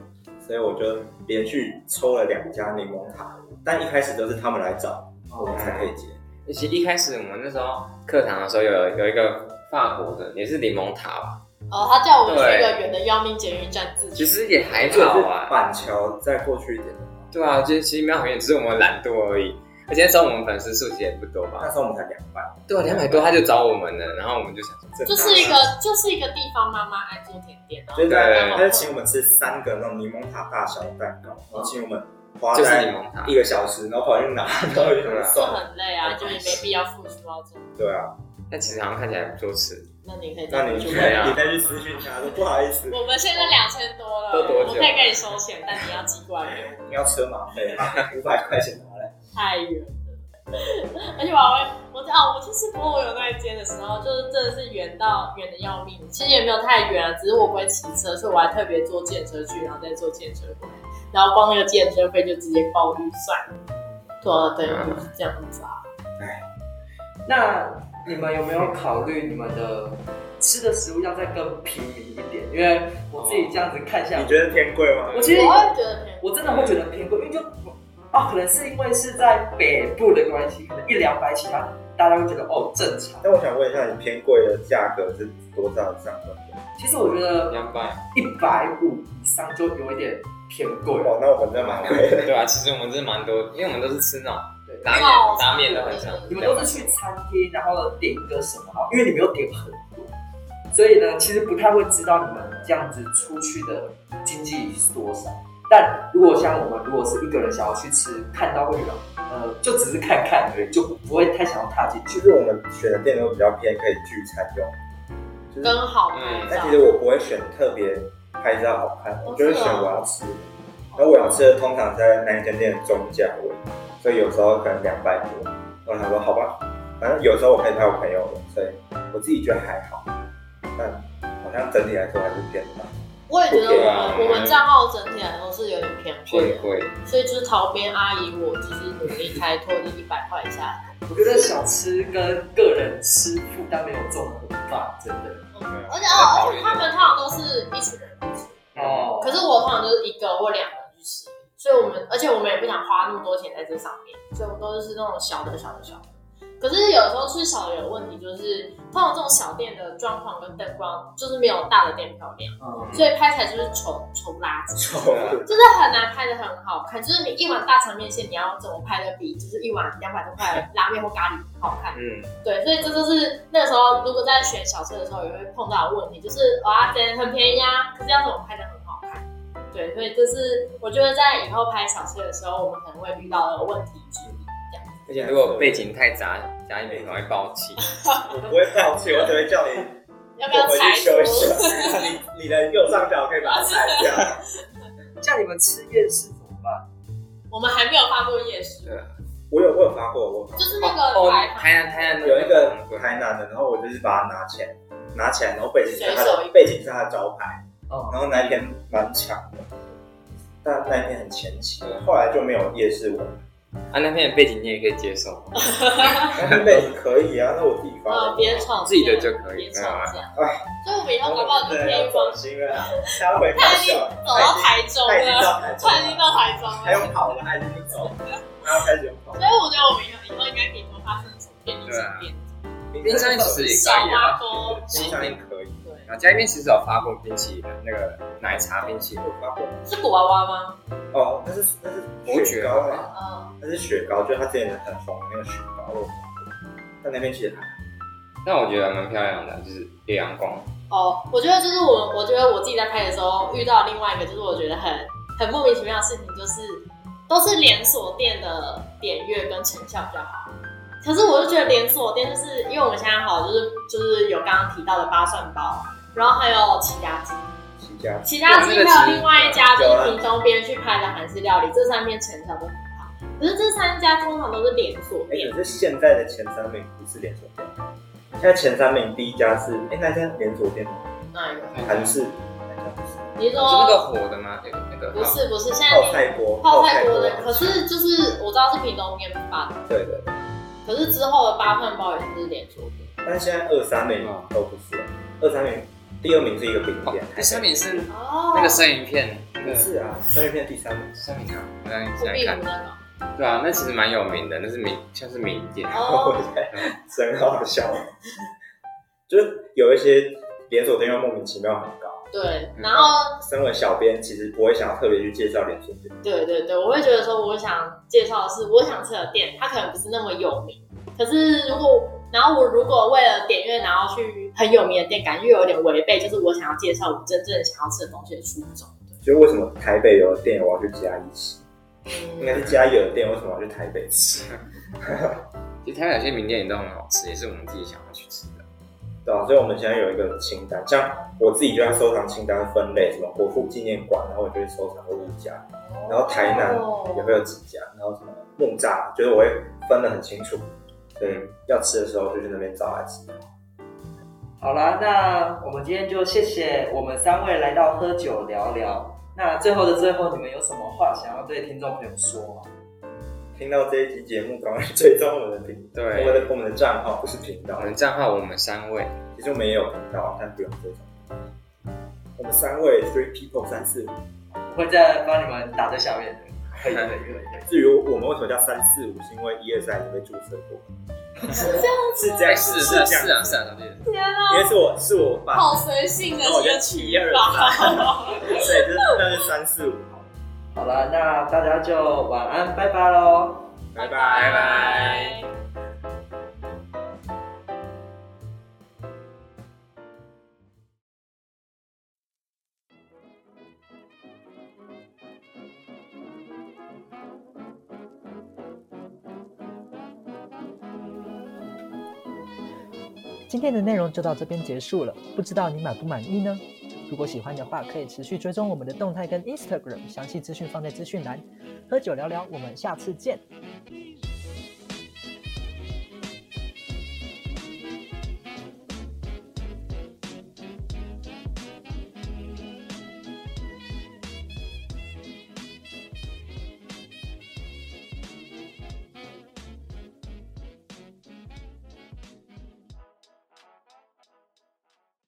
[SPEAKER 3] 所以我就连续抽了两家柠檬塔，但一开始都是他们来找
[SPEAKER 1] 哦
[SPEAKER 3] 我们才可以接。
[SPEAKER 4] 而且一开始我们那时候课堂的时候有有一个法国的，也是柠檬塔吧，
[SPEAKER 2] 哦，他叫我们去一个远的要命监狱站自己。
[SPEAKER 4] 其实也还
[SPEAKER 3] 这
[SPEAKER 4] 好
[SPEAKER 3] 是
[SPEAKER 4] 啊，
[SPEAKER 3] 板桥再过去一点，
[SPEAKER 4] 对啊，就是其实没有很远，只是我们懒惰而已。而且那时候我们粉丝数其实也不多
[SPEAKER 3] 那
[SPEAKER 4] 吧，
[SPEAKER 3] 时候我们才两百，
[SPEAKER 4] 对啊，两百多他就找我们了，然后我们就想说，
[SPEAKER 2] 就是一个就是一个地方妈妈爱做甜点，然后
[SPEAKER 3] 就是
[SPEAKER 4] 对
[SPEAKER 3] 他就请我们吃三个那种柠檬塔大小的蛋糕，然后请我们花
[SPEAKER 4] 就是
[SPEAKER 3] 在
[SPEAKER 4] 柠檬塔
[SPEAKER 3] 一，个小时，然后跑去拿， 然后有人
[SPEAKER 2] 就
[SPEAKER 3] 送。
[SPEAKER 2] 很累啊，就也没必要付出到这么。
[SPEAKER 3] 对啊，
[SPEAKER 4] 但其实好像看起来不错吃，
[SPEAKER 2] 那你
[SPEAKER 1] 啊
[SPEAKER 2] 可以再
[SPEAKER 3] 那你去
[SPEAKER 2] 付
[SPEAKER 3] 啊
[SPEAKER 4] 就没有
[SPEAKER 3] 你再去私讯他说不好意思，
[SPEAKER 2] 我们现在两千多了，
[SPEAKER 4] 都多
[SPEAKER 2] 我
[SPEAKER 4] 久
[SPEAKER 2] 可以跟你收钱，但你要寄过来给我，
[SPEAKER 3] 你要车马 费吗？五百块钱拿来。
[SPEAKER 2] 太远了。 而且我还会，我哦，我去吃菠萝油那一间的时候，就是真的是远到远的要命。其实也没有太远啊，只是我不会骑车，所以我还特别坐电车去，然后再坐电车回来，然后光那个电车费就直接爆预算。对啊，对，就是这样子啊。
[SPEAKER 1] 那你们有没有考虑你们的吃的食物要再更平民一点？因为我自己这样子看下来
[SPEAKER 3] 你，觉得偏贵吗？
[SPEAKER 1] 我其实
[SPEAKER 2] 我会觉得便宜，
[SPEAKER 1] 我真的会觉得偏贵，因为就哦，可能是因为是在北部的关系，可能一两百起跳，大家会觉得哦正常。
[SPEAKER 3] 但我想问一下，你偏贵的价格是多少上的？
[SPEAKER 1] 其实我觉得
[SPEAKER 4] 两百，
[SPEAKER 1] 一百五以上就有一点偏贵了。
[SPEAKER 3] 哦，那我们这蛮贵的。
[SPEAKER 4] 对啊，其实我们真的蛮多，因为我们都是吃那种
[SPEAKER 1] 对
[SPEAKER 4] 拉面
[SPEAKER 2] 哦
[SPEAKER 4] 拉面的很少，
[SPEAKER 1] 你们都是去餐厅，然后点一个什么，然后因为你们有点很多，所以呢，其实不太会知道你们这样子出去的经济是多少。但如果像我们，如果是一个人想要去吃，看到会有，呃，就只是看看而已，就不会太想要踏进
[SPEAKER 3] 其
[SPEAKER 1] 去。
[SPEAKER 3] 实我们选的店都比较偏可以聚餐用，就是，
[SPEAKER 2] 跟好
[SPEAKER 4] 嗯
[SPEAKER 2] 拍
[SPEAKER 3] 但
[SPEAKER 2] 照
[SPEAKER 3] 其。实我不会选特别拍照好看，
[SPEAKER 1] 哦
[SPEAKER 3] 我就是选我要吃的。
[SPEAKER 1] 呃
[SPEAKER 3] 然后我要吃的通常在那一间店的中价位，所以有时候可能两百多。我想说好吧，反正有时候我可以拍我朋友的，所以我自己觉得还好，但好像整体来说还是偏大。
[SPEAKER 2] 我也觉得我
[SPEAKER 4] 对
[SPEAKER 2] 们、
[SPEAKER 4] 啊
[SPEAKER 2] 我们账号整体来说是有点偏贵
[SPEAKER 4] 偏
[SPEAKER 2] 的，
[SPEAKER 4] 贵，
[SPEAKER 2] 所以就是桃边阿姨我就是努力开拓，就一百块以下，
[SPEAKER 1] 我觉得小吃跟个人吃负担没有综合吧，真的。
[SPEAKER 2] 而且哦，而且他们通常都是一群人去吃，
[SPEAKER 1] 哦，
[SPEAKER 2] 可是我通常就是一个或两个人去吃，所以我们而且我们也不想花那么多钱在这上面，所以我们都是那种小的小的小的，可是有时候吃少有问题，就是通常这种小店的状况跟灯光就是没有大的店漂亮，
[SPEAKER 1] 嗯，
[SPEAKER 2] 所以拍起来就是丑丑不拉几，
[SPEAKER 3] 丑
[SPEAKER 4] 啊
[SPEAKER 2] 就是很难拍的很好看。就是你一碗大肠面线，你要怎么拍的比就是一碗两百多块的拉面或咖喱好看？
[SPEAKER 4] 嗯，
[SPEAKER 2] 对，所以这就是那时候如果在选小吃的时候也会碰到的问题，就是哇，真的很便宜啊，可是要怎么拍的很好看？对，所以这是我觉得在以后拍小吃的时候，我们可能会遇到的问题之一。这样
[SPEAKER 4] 而且如果背景太杂，夹一面可能会爆气。
[SPEAKER 3] 我不会放弃，我只会叫你
[SPEAKER 2] 要不
[SPEAKER 3] 我
[SPEAKER 2] 要
[SPEAKER 3] 回
[SPEAKER 2] 裁
[SPEAKER 3] 去修一
[SPEAKER 2] 出？
[SPEAKER 3] 下。你你的右上角可以把它裁掉。
[SPEAKER 1] 像你们吃夜市怎么办？
[SPEAKER 2] 我们还没有发过夜市，
[SPEAKER 4] 啊
[SPEAKER 3] 我有我有发过，我有发过
[SPEAKER 2] 就是那
[SPEAKER 4] 哦
[SPEAKER 2] 个白
[SPEAKER 4] 台南台南
[SPEAKER 3] 有一个台南的，然后我就是把它拿起来，拿起来，然后背景是它
[SPEAKER 2] 随手
[SPEAKER 3] 的
[SPEAKER 2] 一
[SPEAKER 3] 背景是它的招牌，
[SPEAKER 1] 哦，
[SPEAKER 3] 然后那一天蛮强的，但那一天很前期，后来就没有夜市文，
[SPEAKER 4] 啊那片的背景你也可以接受，
[SPEAKER 2] 哦
[SPEAKER 3] 那背景可以啊，那我自己发
[SPEAKER 2] 呃，
[SPEAKER 3] 的，
[SPEAKER 2] 别吵架，
[SPEAKER 4] 自己的就可以
[SPEAKER 2] 别
[SPEAKER 4] 啊
[SPEAKER 2] 吵架。
[SPEAKER 3] 哎
[SPEAKER 2] 所以我们以后搞不好就可
[SPEAKER 3] 对
[SPEAKER 2] 以
[SPEAKER 3] 要
[SPEAKER 2] 走
[SPEAKER 3] 走心了，他要回高
[SPEAKER 2] 他已
[SPEAKER 3] 雄
[SPEAKER 2] 经，走到台中
[SPEAKER 3] 他已经
[SPEAKER 2] 了，
[SPEAKER 3] 到台中
[SPEAKER 2] 他已经
[SPEAKER 3] 了，
[SPEAKER 2] 到台中
[SPEAKER 3] 还
[SPEAKER 2] 了。
[SPEAKER 3] 用跑的，他已经不走，然后开始用跑
[SPEAKER 2] 所。以我觉得我们以后以后应该可以多发生什么便利商店，
[SPEAKER 4] 冰山其实也
[SPEAKER 2] 小
[SPEAKER 4] 可以
[SPEAKER 2] 挖
[SPEAKER 4] 啊，
[SPEAKER 2] 沟，
[SPEAKER 3] 冰箱也可以，
[SPEAKER 2] 对，
[SPEAKER 4] 然后家里面其实有发过冰淇淋，那个奶茶冰淇淋，
[SPEAKER 3] 我发过
[SPEAKER 2] 是古娃娃吗？
[SPEAKER 3] 哦，那是那
[SPEAKER 4] 伯
[SPEAKER 3] 是
[SPEAKER 4] 爵
[SPEAKER 3] 糕啊。
[SPEAKER 4] 吧
[SPEAKER 2] 嗯，
[SPEAKER 3] 那是雪糕，就是它之前很红的那个雪糕，我有看过但那边其实还好
[SPEAKER 4] 但我觉得蛮漂亮的，啊就是有阳光。
[SPEAKER 2] 哦，我觉得就是我，我觉得我自己在拍的时候遇到另外一个，就是我觉得很很莫名其妙的事情，就是都是连锁店的点阅跟成效比较好。可是我就觉得连锁店，就是因为我们现在好，就是就是有刚刚提到的八蒜包，然后还有起家鸡，
[SPEAKER 3] 七家，
[SPEAKER 2] 其他鸡还有另外一家就是屏东边去拍的韩式料理，这三边成效都很好。可是这三家通常都是连锁
[SPEAKER 3] 哎、
[SPEAKER 2] 店，
[SPEAKER 3] 可是现在的前三名不是连锁店，现在前三名第一家是哎、那家连锁店吗？
[SPEAKER 2] 那有
[SPEAKER 3] 韩式那家不是
[SPEAKER 2] 你
[SPEAKER 4] 是那个
[SPEAKER 2] 说
[SPEAKER 4] 火的吗？那个那个啊
[SPEAKER 2] 不是不是，现在
[SPEAKER 3] 泡
[SPEAKER 2] 你
[SPEAKER 3] 菜锅，
[SPEAKER 2] 泡菜锅的，可
[SPEAKER 3] 泡菜
[SPEAKER 2] 是就是我知道是屏东边发的，
[SPEAKER 3] 对对对，
[SPEAKER 2] 可是之后的八份包也是连锁店。
[SPEAKER 3] 但现在二三名都不是，二三名第二名是一个饼店，
[SPEAKER 4] 嗯第三名哎嗯是
[SPEAKER 2] 哦
[SPEAKER 4] 那个生鱼片，那
[SPEAKER 3] 不
[SPEAKER 4] 个
[SPEAKER 3] 是啊，三鱼片第三 名，
[SPEAKER 4] 生鱼片，啊我让你
[SPEAKER 2] 不
[SPEAKER 4] 想
[SPEAKER 2] 必
[SPEAKER 4] 想
[SPEAKER 2] 不那个
[SPEAKER 4] 看，对啊，那其实蛮有名的，那是名像是名店。
[SPEAKER 2] 哦，
[SPEAKER 3] 真好笑，就是有一些连锁店又莫名其妙很高。
[SPEAKER 2] 对，
[SPEAKER 4] 嗯
[SPEAKER 2] 然后
[SPEAKER 3] 身为小编，其实不会想要特别去介绍连锁店，
[SPEAKER 2] 对对对，我会觉得说我想介绍的是我想吃的店，它可能不是那么有名，可是如果然后我如果为了点阅，然后去很有名的店，感觉又有点违背，就是我想要介绍我真正想要吃的东西的初衷。
[SPEAKER 3] 就是为什么台北有的店我要去嘉义吃，应
[SPEAKER 2] 对
[SPEAKER 3] 该是嘉义有的店为什么我要去台北吃？
[SPEAKER 4] 其实台湾有些名店也都很好吃，也是我们自己想要去吃的。
[SPEAKER 3] 对啊，所以我们现在有一个清单，像我自己就在收藏清单分类，什么国父纪念馆，然后我就会收藏个五家，然后台南
[SPEAKER 2] 哦
[SPEAKER 3] 也会有几家，然后什么木栅，就是我会分得很清楚，所以要吃的时候就去那边找来吃。
[SPEAKER 1] 好啦，那我们今天就谢谢我们三位来到喝酒聊聊。那最后的最后，你们有什么话想要对听众朋友说吗？
[SPEAKER 3] 听到这一集节目，赶快去追踪我们的频，
[SPEAKER 4] 对嗯
[SPEAKER 3] 我们的我们的账号不是频道
[SPEAKER 4] 我，们账号我们三位，
[SPEAKER 3] 其实我们也有频道，但不用追踪。我们三位 three people 三四五，
[SPEAKER 1] 我会再帮你们打对下面的。可以可以可以可以。
[SPEAKER 3] 至于我们为什么叫三四五，是因为 E 一二三已经被注册过，是这
[SPEAKER 4] 哎
[SPEAKER 3] 样
[SPEAKER 4] 是
[SPEAKER 3] 子，
[SPEAKER 4] 是
[SPEAKER 3] 这
[SPEAKER 4] 啊
[SPEAKER 3] 样
[SPEAKER 4] 是
[SPEAKER 3] 子，
[SPEAKER 4] 啊是啊，对对
[SPEAKER 2] 天啊，
[SPEAKER 3] E 因为是我是我爸，
[SPEAKER 2] 好随性的一个取 法。
[SPEAKER 3] 所以就是那是三四五，
[SPEAKER 1] 好了，那大家就晚安，拜拜喽。
[SPEAKER 3] 拜拜。
[SPEAKER 4] 拜拜。
[SPEAKER 5] 今天的内容就到这边结束了，不知道你满不满意呢？如果喜欢的话，可以持续追踪我们的动态跟 Instagram，详细资讯放在资讯栏。喝酒聊聊，我们下次见，